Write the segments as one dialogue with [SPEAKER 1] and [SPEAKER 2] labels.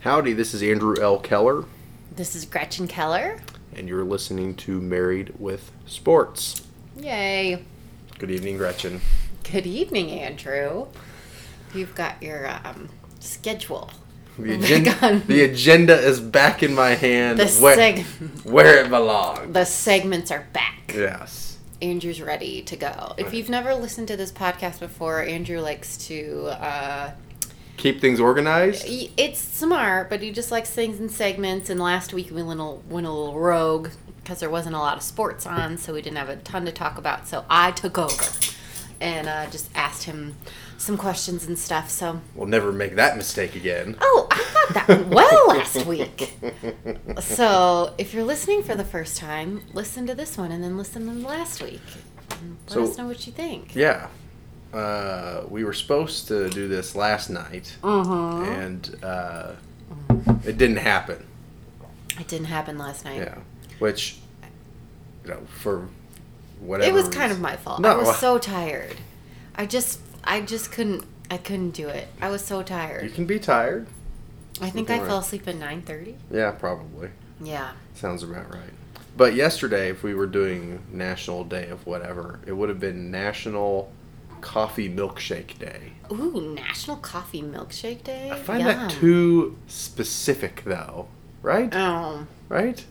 [SPEAKER 1] Howdy, this is Andrew L. Keller,
[SPEAKER 2] This is Gretchen Keller.
[SPEAKER 1] and you're listening to Married with Sports.
[SPEAKER 2] Yay.
[SPEAKER 1] Good evening, Gretchen.
[SPEAKER 2] Good evening, Andrew. You've got your um, schedule.
[SPEAKER 1] The,
[SPEAKER 2] Oh my
[SPEAKER 1] agenda,
[SPEAKER 2] God.
[SPEAKER 1] the agenda is back in my hand
[SPEAKER 2] The,
[SPEAKER 1] where,
[SPEAKER 2] seg-
[SPEAKER 1] where it belongs.
[SPEAKER 2] the segments are back.
[SPEAKER 1] Yes.
[SPEAKER 2] Andrew's ready to go. If you've never listened to this podcast before, Andrew likes to. Uh,
[SPEAKER 1] Keep things organized?
[SPEAKER 2] he- it's smart, but he just likes things in segments. And last week we went a little, went a little rogue because there wasn't a lot of sports on, so we didn't have a ton to talk about. So I took over and uh, just asked him some questions and stuff. So
[SPEAKER 1] We'll never make that mistake again.
[SPEAKER 2] Oh, I thought that went well last week. So, if you're listening for the first time, listen to this one and then listen to last week. And Let
[SPEAKER 1] So-
[SPEAKER 2] us know what you think.
[SPEAKER 1] Yeah. Uh, we were supposed to do this last night,
[SPEAKER 2] Mm-hmm.
[SPEAKER 1] and uh, it didn't happen.
[SPEAKER 2] It didn't happen last night.
[SPEAKER 1] Yeah. Which, you know, for whatever.
[SPEAKER 2] It was
[SPEAKER 1] reason-
[SPEAKER 2] kind of my fault. I
[SPEAKER 1] No.
[SPEAKER 2] was so tired. I just, I just couldn't, I couldn't do it. I was so
[SPEAKER 1] You
[SPEAKER 2] tired.
[SPEAKER 1] can be tired.
[SPEAKER 2] I think I
[SPEAKER 1] Alright.
[SPEAKER 2] fell asleep at nine thirty.
[SPEAKER 1] Yeah, probably.
[SPEAKER 2] Yeah.
[SPEAKER 1] Sounds about right. But yesterday, if we were doing National Day of whatever, it would have been National Coffee Milkshake Day.
[SPEAKER 2] Ooh, National Coffee Milkshake Day.
[SPEAKER 1] I find
[SPEAKER 2] Yum.
[SPEAKER 1] that too specific, though. Right?
[SPEAKER 2] Oh,
[SPEAKER 1] right?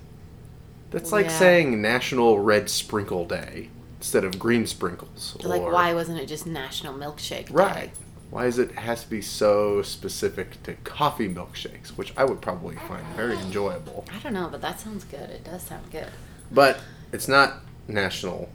[SPEAKER 1] That's like
[SPEAKER 2] Yeah.
[SPEAKER 1] saying National Red Sprinkle Day instead of Green Sprinkles.
[SPEAKER 2] like
[SPEAKER 1] or-
[SPEAKER 2] why wasn't it just National Milkshake Day?
[SPEAKER 1] Right. Why is it has to be so specific to coffee milkshakes, which I would probably find very enjoyable.
[SPEAKER 2] I don't know, but that sounds good. It does sound good.
[SPEAKER 1] But it's not National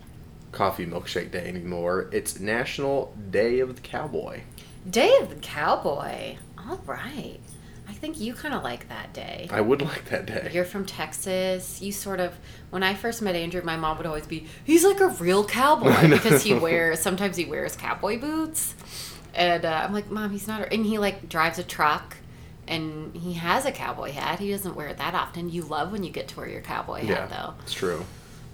[SPEAKER 1] Coffee Milkshake Day anymore. It's National Day of the Cowboy.
[SPEAKER 2] Day of the Cowboy. All right. I think you kind of like that day.
[SPEAKER 1] I would like that day.
[SPEAKER 2] You're from Texas. You sort of. When I first met Andrew, my mom would always be, "He's like a real
[SPEAKER 1] I
[SPEAKER 2] cowboy
[SPEAKER 1] know.
[SPEAKER 2] because he wears. Sometimes he wears cowboy boots." And uh, I'm like, "Mom, he's not." a-" And he like drives a truck, and he has a cowboy hat. He doesn't wear it that often. You love when you get to wear your cowboy
[SPEAKER 1] yeah,
[SPEAKER 2] hat, though.
[SPEAKER 1] it's true.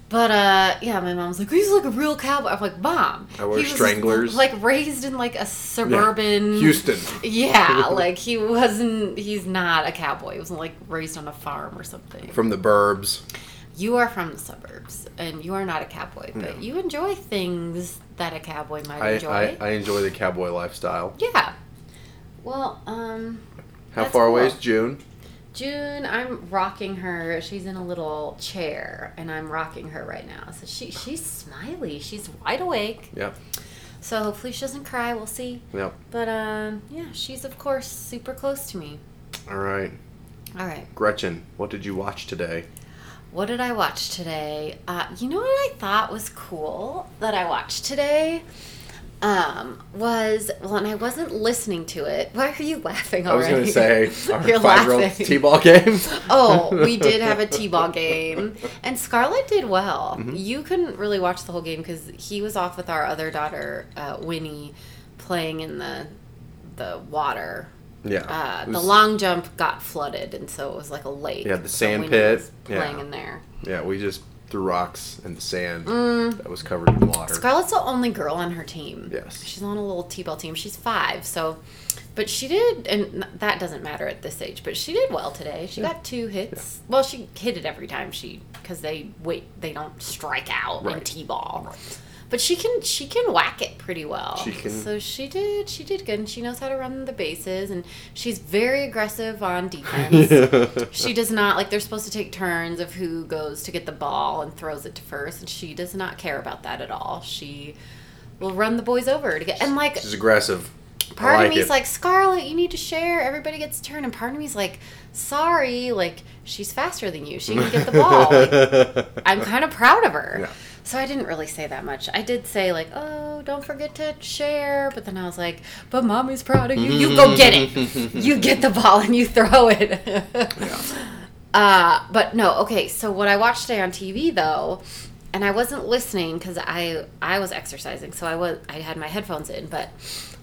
[SPEAKER 2] But uh, yeah, my mom's like, he's like a real cowboy. I'm like, mom,
[SPEAKER 1] I wear
[SPEAKER 2] he was,
[SPEAKER 1] stranglers."
[SPEAKER 2] Like raised in like a suburban
[SPEAKER 1] Houston.
[SPEAKER 2] Yeah, like he wasn't. He's not a cowboy. He wasn't like raised on a farm or something.
[SPEAKER 1] From the burbs.
[SPEAKER 2] You are from the suburbs, and you are not a cowboy, but
[SPEAKER 1] No.
[SPEAKER 2] you enjoy things that a cowboy might
[SPEAKER 1] I,
[SPEAKER 2] enjoy.
[SPEAKER 1] I, I enjoy the cowboy lifestyle.
[SPEAKER 2] yeah. Well, um,
[SPEAKER 1] How
[SPEAKER 2] That's
[SPEAKER 1] far away
[SPEAKER 2] cool.
[SPEAKER 1] is June?
[SPEAKER 2] June, I'm rocking her. She's in a little chair, and I'm rocking her right now. So she she's smiley. She's wide awake.
[SPEAKER 1] Yep.
[SPEAKER 2] So hopefully she doesn't cry. We'll see.
[SPEAKER 1] Yep.
[SPEAKER 2] But um, yeah, she's of course super close to me.
[SPEAKER 1] All right.
[SPEAKER 2] All right,
[SPEAKER 1] Gretchen, what did you watch today?
[SPEAKER 2] what did I watch today? Uh, you know what I thought was cool that I watched today um, was well, and I wasn't listening to it. Why are you laughing
[SPEAKER 1] I was
[SPEAKER 2] already?
[SPEAKER 1] going to say our
[SPEAKER 2] You're
[SPEAKER 1] five-year-old
[SPEAKER 2] laughing.
[SPEAKER 1] t-ball game.
[SPEAKER 2] oh, we did have a t-ball game, and Scarlett did well.
[SPEAKER 1] Mm-hmm.
[SPEAKER 2] You couldn't really watch the whole game because he was off with our other daughter, uh, Winnie, playing in the the water.
[SPEAKER 1] Yeah.
[SPEAKER 2] Uh,
[SPEAKER 1] it
[SPEAKER 2] the
[SPEAKER 1] was-
[SPEAKER 2] long jump got flooded, and so it was like a lake.
[SPEAKER 1] Yeah, the
[SPEAKER 2] So
[SPEAKER 1] sand
[SPEAKER 2] Winnie was
[SPEAKER 1] pit.
[SPEAKER 2] playing
[SPEAKER 1] Yeah.
[SPEAKER 2] in there.
[SPEAKER 1] Yeah, we just threw rocks in the sand
[SPEAKER 2] Mm.
[SPEAKER 1] that was covered in water.
[SPEAKER 2] Scarlett's the only girl on her team.
[SPEAKER 1] Yes.
[SPEAKER 2] she's on a little t-ball team. She's five, so. But she did, and that doesn't matter at this age. But she did well today. She got two hits. Well, she hit it every time she, because they wait, they don't strike out in
[SPEAKER 1] Right.
[SPEAKER 2] t-ball. But she can, she can whack it pretty well.
[SPEAKER 1] She can-
[SPEAKER 2] So she did, she did good. And she knows how to run the bases, and she's very aggressive on defense. She does not like they're supposed to take turns of who goes to get the ball and throws it to first, and she does not care about that at all. She will run the boys over to get and like
[SPEAKER 1] She's aggressive. I
[SPEAKER 2] part of
[SPEAKER 1] like
[SPEAKER 2] me's
[SPEAKER 1] it.
[SPEAKER 2] like, Scarlett, you need to share, everybody gets a turn, and part of me's like, sorry, like she's faster than you. She can get the ball. Like, I'm kind of proud of her.
[SPEAKER 1] Yeah.
[SPEAKER 2] So I didn't really say that much. I did say like, "Oh, don't forget to share," but then I was like, "But mommy's proud of you. You go get it. You get the ball and you throw it." Uh, but no, okay. So what I watched today on TV though, and I wasn't listening because I I was exercising, so I was I had my headphones in, but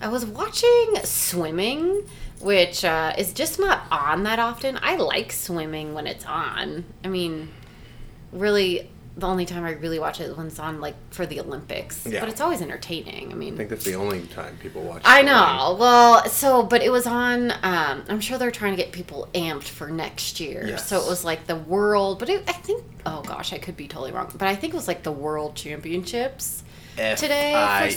[SPEAKER 2] I was watching swimming, which uh, is just not on that often. I like swimming when it's on. I mean, really the only time I really watch it is when it's on like for the Olympics.
[SPEAKER 1] Yeah.
[SPEAKER 2] But it's always entertaining. I mean,
[SPEAKER 1] I think that's the only time people watch.
[SPEAKER 2] I
[SPEAKER 1] it.
[SPEAKER 2] know. Well, so but it was on. Um, I'm sure they're trying to get people amped for next year.
[SPEAKER 1] Yes.
[SPEAKER 2] So it was like the world, but it, I think. Oh gosh, I could be totally wrong, but I think it was like the world championships. Today for
[SPEAKER 1] F.I.N.A..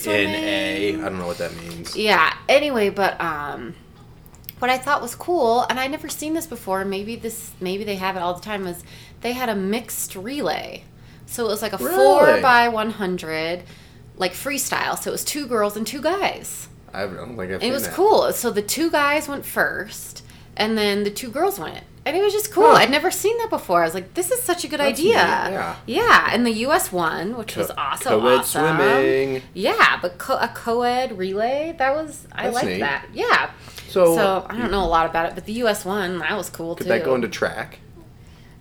[SPEAKER 2] swimming.
[SPEAKER 1] I don't know what that means.
[SPEAKER 2] Yeah. Anyway, but um, what I thought was cool, and I never seen this before. Maybe this, maybe they have it all the time. Was they had a mixed relay, so it was like a four
[SPEAKER 1] Really?
[SPEAKER 2] by one hundred, like freestyle. So it was two girls and two guys.
[SPEAKER 1] I don't think I've
[SPEAKER 2] And
[SPEAKER 1] seen
[SPEAKER 2] it was
[SPEAKER 1] that.
[SPEAKER 2] cool. So the two guys went first, and then the two girls went. And it was just cool.
[SPEAKER 1] Huh.
[SPEAKER 2] I'd never seen that before. I was like, this is such a good
[SPEAKER 1] That's
[SPEAKER 2] idea.
[SPEAKER 1] neat, yeah.
[SPEAKER 2] Yeah, And the U.S. won, which
[SPEAKER 1] Co-
[SPEAKER 2] was also
[SPEAKER 1] co-ed
[SPEAKER 2] awesome.
[SPEAKER 1] swimming.
[SPEAKER 2] Yeah, but co- a co-ed relay, that was, I
[SPEAKER 1] That's
[SPEAKER 2] liked
[SPEAKER 1] neat.
[SPEAKER 2] that. Yeah.
[SPEAKER 1] So,
[SPEAKER 2] so I don't know a lot about it, but the U.S. won. That was cool
[SPEAKER 1] Could
[SPEAKER 2] too.
[SPEAKER 1] that go into track?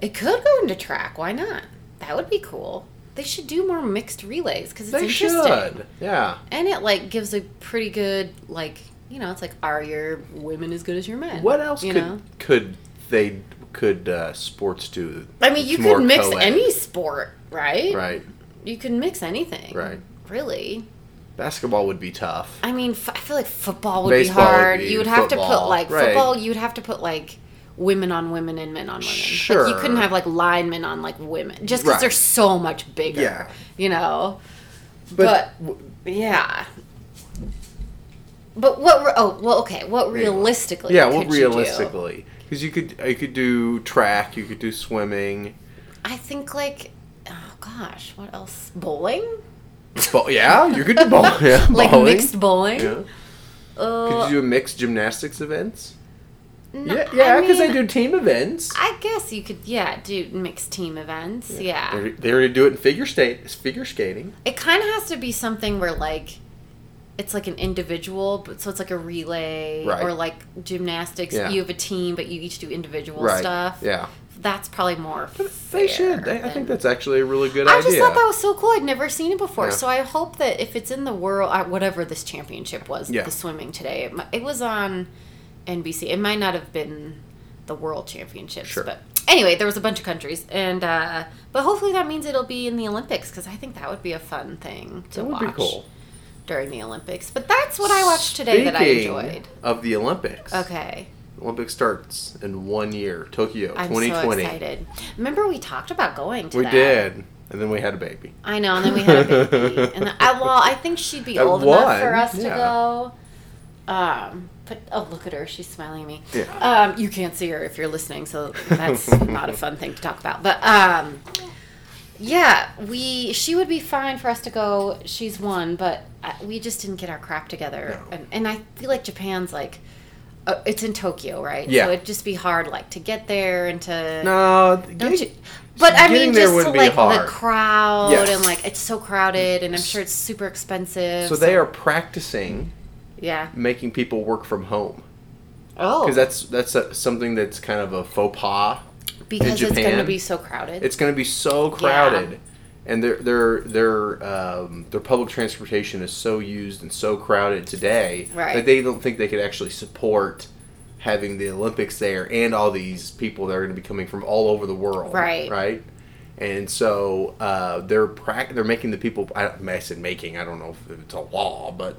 [SPEAKER 2] It could go into track. Why not? That would be cool. They should do more mixed relays because it's
[SPEAKER 1] They
[SPEAKER 2] interesting
[SPEAKER 1] should. Yeah.
[SPEAKER 2] and it like gives a pretty good like you know it's like are your women as good as your men
[SPEAKER 1] What else
[SPEAKER 2] you
[SPEAKER 1] could
[SPEAKER 2] know
[SPEAKER 1] could they could uh, sports do?
[SPEAKER 2] i mean you
[SPEAKER 1] that's more
[SPEAKER 2] could mix
[SPEAKER 1] co-ed?
[SPEAKER 2] any sport right
[SPEAKER 1] Right.
[SPEAKER 2] you can mix anything
[SPEAKER 1] Right.
[SPEAKER 2] really
[SPEAKER 1] Basketball would be tough.
[SPEAKER 2] i mean f- i feel like football would
[SPEAKER 1] Baseball
[SPEAKER 2] be
[SPEAKER 1] would
[SPEAKER 2] hard
[SPEAKER 1] be,
[SPEAKER 2] you would have to put
[SPEAKER 1] football,
[SPEAKER 2] like
[SPEAKER 1] right.
[SPEAKER 2] football you would have to put like women on women and men on women like, you
[SPEAKER 1] Sure.
[SPEAKER 2] couldn't have like linemen on like women just because
[SPEAKER 1] Right.
[SPEAKER 2] they're so much bigger
[SPEAKER 1] Yeah.
[SPEAKER 2] you know
[SPEAKER 1] But,
[SPEAKER 2] But- Yeah. But what? re- Oh, well, okay. What realistically?
[SPEAKER 1] yeah, well,
[SPEAKER 2] could you do?
[SPEAKER 1] realistically, because you could you could do track, you could do swimming.
[SPEAKER 2] I think like, oh gosh, what else? Bowling?
[SPEAKER 1] Bo- yeah, you could do bowl. Yeah,
[SPEAKER 2] like
[SPEAKER 1] bowling.
[SPEAKER 2] mixed bowling.
[SPEAKER 1] Yeah.
[SPEAKER 2] Uh,
[SPEAKER 1] Could you do mixed gymnastics events?
[SPEAKER 2] no,
[SPEAKER 1] Yeah, yeah, because
[SPEAKER 2] I,
[SPEAKER 1] they do
[SPEAKER 2] mean,
[SPEAKER 1] team events.
[SPEAKER 2] I guess you could, yeah, do mixed team events. Yeah,
[SPEAKER 1] They they already do it in figure state, figure skating.
[SPEAKER 2] it kind of has to be something where like. It's like an individual, but so it's like a relay
[SPEAKER 1] Right.
[SPEAKER 2] or like gymnastics.
[SPEAKER 1] Yeah.
[SPEAKER 2] You have a team, but you each do individual stuff.
[SPEAKER 1] Yeah.
[SPEAKER 2] That's probably more.
[SPEAKER 1] They should.
[SPEAKER 2] fair
[SPEAKER 1] They, I
[SPEAKER 2] than-
[SPEAKER 1] think that's actually a really good
[SPEAKER 2] I
[SPEAKER 1] idea.
[SPEAKER 2] just thought that was so cool. I'd never seen it before.
[SPEAKER 1] Yeah.
[SPEAKER 2] So I hope that if it's in the world, uh, whatever this championship was,
[SPEAKER 1] Yeah.
[SPEAKER 2] the swimming today, it, mi- it was on NBC. It might not have been the world championships,
[SPEAKER 1] Sure.
[SPEAKER 2] but anyway, there was a bunch of countries, and uh, but hopefully that means it'll be in the Olympics because I think that would be a fun thing to
[SPEAKER 1] That would
[SPEAKER 2] watch
[SPEAKER 1] be cool.
[SPEAKER 2] during the Olympics. But that's what I watched today that I
[SPEAKER 1] Speaking
[SPEAKER 2] enjoyed.
[SPEAKER 1] Of the Olympics.
[SPEAKER 2] Okay,
[SPEAKER 1] Olympics starts in one year, Tokyo,
[SPEAKER 2] I'm
[SPEAKER 1] 2020.
[SPEAKER 2] so excited. Remember we talked about going to
[SPEAKER 1] We
[SPEAKER 2] that.
[SPEAKER 1] did, and then we had a baby.
[SPEAKER 2] I know, and then we had a baby, and then, I, well, I think she'd be
[SPEAKER 1] At
[SPEAKER 2] old
[SPEAKER 1] one,
[SPEAKER 2] enough for us
[SPEAKER 1] yeah.
[SPEAKER 2] to go. Um, but oh, look at her; she's smiling at me.
[SPEAKER 1] Yeah.
[SPEAKER 2] Um, you can't see her if you're listening, so that's not a fun thing to talk about. But um, yeah, we she would be fine for us to go. She's one, but I, we just didn't get our crap together,
[SPEAKER 1] No.
[SPEAKER 2] and and I feel like Japan's like. Uh, it's in Tokyo, right?
[SPEAKER 1] Yeah.
[SPEAKER 2] So it'd just be hard, like, to get there and to.
[SPEAKER 1] No,
[SPEAKER 2] Don't you? But I
[SPEAKER 1] getting
[SPEAKER 2] mean,
[SPEAKER 1] there
[SPEAKER 2] just to
[SPEAKER 1] wouldn't be
[SPEAKER 2] like
[SPEAKER 1] hard.
[SPEAKER 2] the crowd
[SPEAKER 1] Yes.
[SPEAKER 2] and like it's so crowded, and I'm sure it's super expensive.
[SPEAKER 1] so they are practicing
[SPEAKER 2] yeah.
[SPEAKER 1] making people work from home
[SPEAKER 2] Oh,
[SPEAKER 1] because that's that's a, something that's kind of a faux pas.
[SPEAKER 2] because
[SPEAKER 1] in
[SPEAKER 2] it's going to
[SPEAKER 1] Japan,
[SPEAKER 2] be so crowded.
[SPEAKER 1] It's going to be so crowded, and their their their um, their public transportation is so used and so crowded today
[SPEAKER 2] Right.
[SPEAKER 1] that they don't think they could actually support having the Olympics there and all these people that are going to be coming from all over the world.
[SPEAKER 2] Right.
[SPEAKER 1] Right. And so uh, they're prac- they're making the people. I, I said making. I don't know if it's a law, but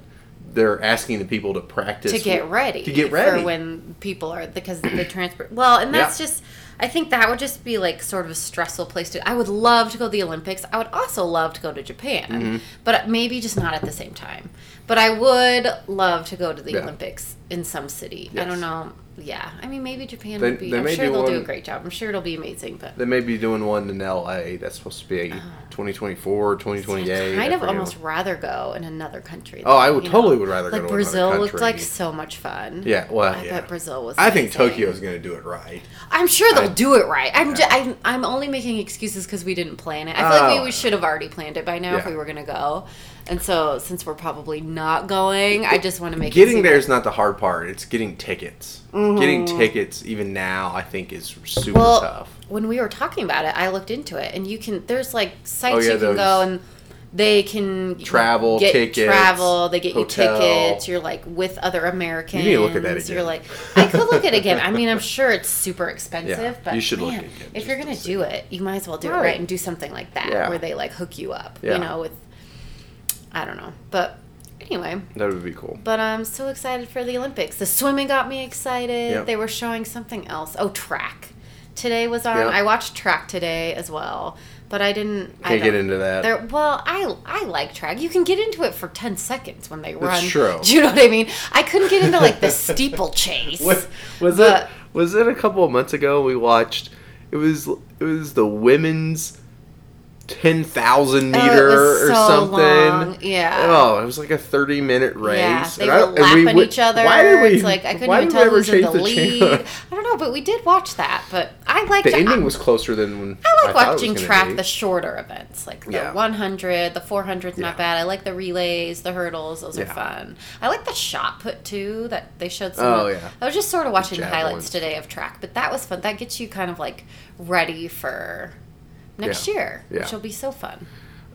[SPEAKER 1] they're asking the people to practice
[SPEAKER 2] to get ready
[SPEAKER 1] to get ready
[SPEAKER 2] for when people are because of the transport. Well, and that's
[SPEAKER 1] Yeah.
[SPEAKER 2] just I think that would just be like sort of a stressful place to. I would love to go to the Olympics. I would also love to go to Japan,
[SPEAKER 1] Mm-hmm.
[SPEAKER 2] but maybe just not at the same time. But I would love to go to the
[SPEAKER 1] Yeah.
[SPEAKER 2] Olympics in some city. I
[SPEAKER 1] Yes.
[SPEAKER 2] don't know. Yeah, I mean maybe Japan
[SPEAKER 1] They-
[SPEAKER 2] would be.
[SPEAKER 1] they
[SPEAKER 2] I'm
[SPEAKER 1] may
[SPEAKER 2] sure
[SPEAKER 1] do
[SPEAKER 2] they'll do a
[SPEAKER 1] one-
[SPEAKER 2] great job. I'm sure it'll be amazing. But
[SPEAKER 1] They may be doing one in LA. That's supposed to be 2024, 2028.
[SPEAKER 2] I'd Uh, kind
[SPEAKER 1] I
[SPEAKER 2] of
[SPEAKER 1] forget.
[SPEAKER 2] almost rather go in another country.
[SPEAKER 1] Oh, I would
[SPEAKER 2] you
[SPEAKER 1] totally would rather go
[SPEAKER 2] like
[SPEAKER 1] to another
[SPEAKER 2] Brazil looked like
[SPEAKER 1] country.
[SPEAKER 2] so much fun.
[SPEAKER 1] Yeah, well,
[SPEAKER 2] I
[SPEAKER 1] yeah.
[SPEAKER 2] bet Brazil was.
[SPEAKER 1] I think
[SPEAKER 2] amazing.
[SPEAKER 1] Tokyo's going to do it right.
[SPEAKER 2] I'm sure they'll
[SPEAKER 1] I-
[SPEAKER 2] do it right. I'm,
[SPEAKER 1] Yeah.
[SPEAKER 2] ju- I'm I'm only making excuses because we didn't plan it. I feel like
[SPEAKER 1] Oh.
[SPEAKER 2] we, we should have already planned it by now if
[SPEAKER 1] Yeah.
[SPEAKER 2] we were gonna go. And so since we're probably not going, I just want to make
[SPEAKER 1] Getting
[SPEAKER 2] it Mm-hmm.
[SPEAKER 1] there is not the hard part. It's getting tickets. Getting tickets even now, I think, is super
[SPEAKER 2] well.
[SPEAKER 1] tough.
[SPEAKER 2] When we were talking about it, I looked into it, and you can there's like sites
[SPEAKER 1] Oh, yeah,
[SPEAKER 2] you can
[SPEAKER 1] those-
[SPEAKER 2] go and they can
[SPEAKER 1] Travel,
[SPEAKER 2] get
[SPEAKER 1] tickets,
[SPEAKER 2] travel. They get
[SPEAKER 1] hotel.
[SPEAKER 2] you tickets. You're like with other Americans.
[SPEAKER 1] to look at that
[SPEAKER 2] You're
[SPEAKER 1] again.
[SPEAKER 2] like, I could look at it again. I mean, I'm sure it's super expensive,
[SPEAKER 1] Yeah,
[SPEAKER 2] but
[SPEAKER 1] you should look
[SPEAKER 2] man,
[SPEAKER 1] at it again
[SPEAKER 2] if you're
[SPEAKER 1] just
[SPEAKER 2] gonna
[SPEAKER 1] to
[SPEAKER 2] do it, you might as well do it
[SPEAKER 1] Right.
[SPEAKER 2] right and do something like that
[SPEAKER 1] Yeah.
[SPEAKER 2] where they like hook you up.
[SPEAKER 1] Yeah.
[SPEAKER 2] You know, with I don't know, but anyway.
[SPEAKER 1] That would be cool.
[SPEAKER 2] But I'm still excited for the Olympics. The swimming got me excited.
[SPEAKER 1] Yep.
[SPEAKER 2] They were showing something else. Oh, track. Today was on.
[SPEAKER 1] Yep.
[SPEAKER 2] I watched track today as well, but I didn't. I
[SPEAKER 1] Can't get
[SPEAKER 2] don't-
[SPEAKER 1] into that.
[SPEAKER 2] There, well, I I like track. You can get into it for ten seconds when they run.
[SPEAKER 1] true.
[SPEAKER 2] Do you know what I mean? I couldn't get into like the steeplechase.
[SPEAKER 1] What, was
[SPEAKER 2] but-
[SPEAKER 1] it was it a couple of months ago we watched it was it was the women's 10,000
[SPEAKER 2] Oh, it
[SPEAKER 1] meter
[SPEAKER 2] was
[SPEAKER 1] or
[SPEAKER 2] so
[SPEAKER 1] something.
[SPEAKER 2] long. Yeah.
[SPEAKER 1] Oh, it was like a 30 minute race.
[SPEAKER 2] Yeah, they
[SPEAKER 1] And I
[SPEAKER 2] were
[SPEAKER 1] don't- and we
[SPEAKER 2] lapping
[SPEAKER 1] went-
[SPEAKER 2] each other.
[SPEAKER 1] Why did we,
[SPEAKER 2] it's like I couldn't
[SPEAKER 1] why
[SPEAKER 2] even
[SPEAKER 1] did we
[SPEAKER 2] tell
[SPEAKER 1] ever
[SPEAKER 2] who's in
[SPEAKER 1] change
[SPEAKER 2] the, lead.
[SPEAKER 1] channel?
[SPEAKER 2] I don't know, but we did watch that. But I liked.
[SPEAKER 1] The ending
[SPEAKER 2] I-
[SPEAKER 1] was closer than when
[SPEAKER 2] I like
[SPEAKER 1] thought it was
[SPEAKER 2] watching
[SPEAKER 1] gonna
[SPEAKER 2] track
[SPEAKER 1] be.
[SPEAKER 2] the shorter events, like the
[SPEAKER 1] Yeah.
[SPEAKER 2] 100, the 400's
[SPEAKER 1] Yeah.
[SPEAKER 2] not bad. I like the relays, the hurdles; those
[SPEAKER 1] Yeah.
[SPEAKER 2] are fun. I like the shot put too. That they showed some.
[SPEAKER 1] Oh,
[SPEAKER 2] of-
[SPEAKER 1] yeah.
[SPEAKER 2] I was just sort of watching the
[SPEAKER 1] javelin.
[SPEAKER 2] highlights today of track, but that was fun. That gets you kind of like ready for next
[SPEAKER 1] Yeah.
[SPEAKER 2] year,
[SPEAKER 1] Yeah.
[SPEAKER 2] which will be so fun.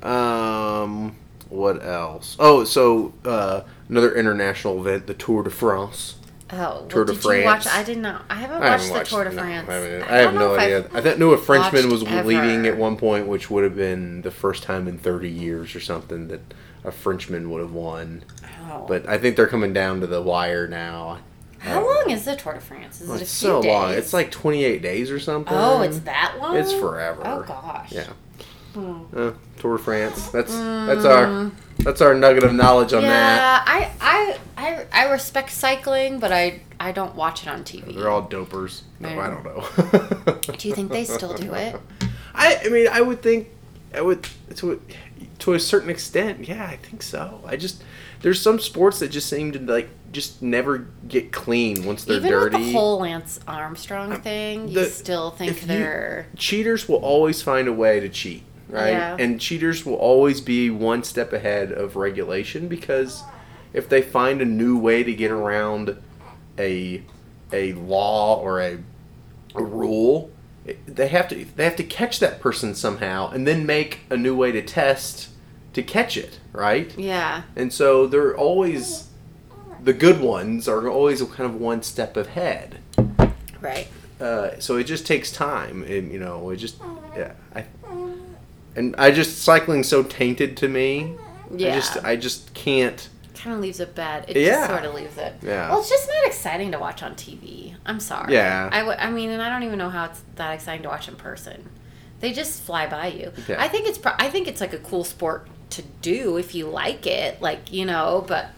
[SPEAKER 1] Um, what else? Oh, so uh, another international event, the Tour de France.
[SPEAKER 2] Oh,
[SPEAKER 1] Tour
[SPEAKER 2] well,
[SPEAKER 1] de
[SPEAKER 2] did you watch?
[SPEAKER 1] France.
[SPEAKER 2] I did not. I haven't
[SPEAKER 1] I
[SPEAKER 2] watched
[SPEAKER 1] haven't
[SPEAKER 2] the
[SPEAKER 1] watched-
[SPEAKER 2] Tour de
[SPEAKER 1] no,
[SPEAKER 2] France.
[SPEAKER 1] I, haven't- I
[SPEAKER 2] don't
[SPEAKER 1] have
[SPEAKER 2] know
[SPEAKER 1] no
[SPEAKER 2] if I've-
[SPEAKER 1] idea. I th- knew a Frenchman
[SPEAKER 2] watched
[SPEAKER 1] was leading
[SPEAKER 2] ever.
[SPEAKER 1] at one point, which would have been the first time in 30 years or something that a Frenchman would have won.
[SPEAKER 2] Oh.
[SPEAKER 1] But I think they're coming down to the wire now.
[SPEAKER 2] how long is the Tour de France? Is
[SPEAKER 1] Oh,
[SPEAKER 2] it a few
[SPEAKER 1] It's so
[SPEAKER 2] days?
[SPEAKER 1] long. It's like 28 days or something.
[SPEAKER 2] oh, it's that long.
[SPEAKER 1] It's forever.
[SPEAKER 2] Oh gosh.
[SPEAKER 1] Yeah.
[SPEAKER 2] Hmm.
[SPEAKER 1] Uh, Tour de France. That's that's our that's our nugget of knowledge on that.
[SPEAKER 2] yeah, I, I I I respect cycling, but I I don't watch it on TV.
[SPEAKER 1] They're all dopers. No, I
[SPEAKER 2] I
[SPEAKER 1] don't know.
[SPEAKER 2] Do you think they still do it?
[SPEAKER 1] I, I mean, I would think, I would to a, to a certain extent, yeah, I think so. I just there's some sports that just seem to like just never get clean once they're
[SPEAKER 2] Even
[SPEAKER 1] dirty. Um,
[SPEAKER 2] with the whole Lance Armstrong thing, you
[SPEAKER 1] the-
[SPEAKER 2] still think
[SPEAKER 1] if you-
[SPEAKER 2] they're
[SPEAKER 1] Cheaters will always find a way to cheat, right?
[SPEAKER 2] Yeah.
[SPEAKER 1] And cheaters will always be one step ahead of regulation because if they find a new way to get around a a law or a, a rule, it- they have to they have to catch that person somehow and then make a new way to test to catch it, right?
[SPEAKER 2] yeah.
[SPEAKER 1] And so they're always the good ones are always kind of one step ahead
[SPEAKER 2] Right.
[SPEAKER 1] uh, so it just takes time and you know it just yeah I, and i just cycling's so tainted to me i
[SPEAKER 2] Yeah.
[SPEAKER 1] just i just can't
[SPEAKER 2] Kind of leaves it bad. It
[SPEAKER 1] Yeah.
[SPEAKER 2] just sort of leaves it.
[SPEAKER 1] Yeah.
[SPEAKER 2] Well, it's just not exciting to watch on TV. I'm sorry.
[SPEAKER 1] Yeah.
[SPEAKER 2] I, w- I mean, and I don't even know how it's that exciting to watch in person. They just fly by you.
[SPEAKER 1] Yeah.
[SPEAKER 2] I think it's pro- I think it's like a cool sport to do if you like it, like you know, but.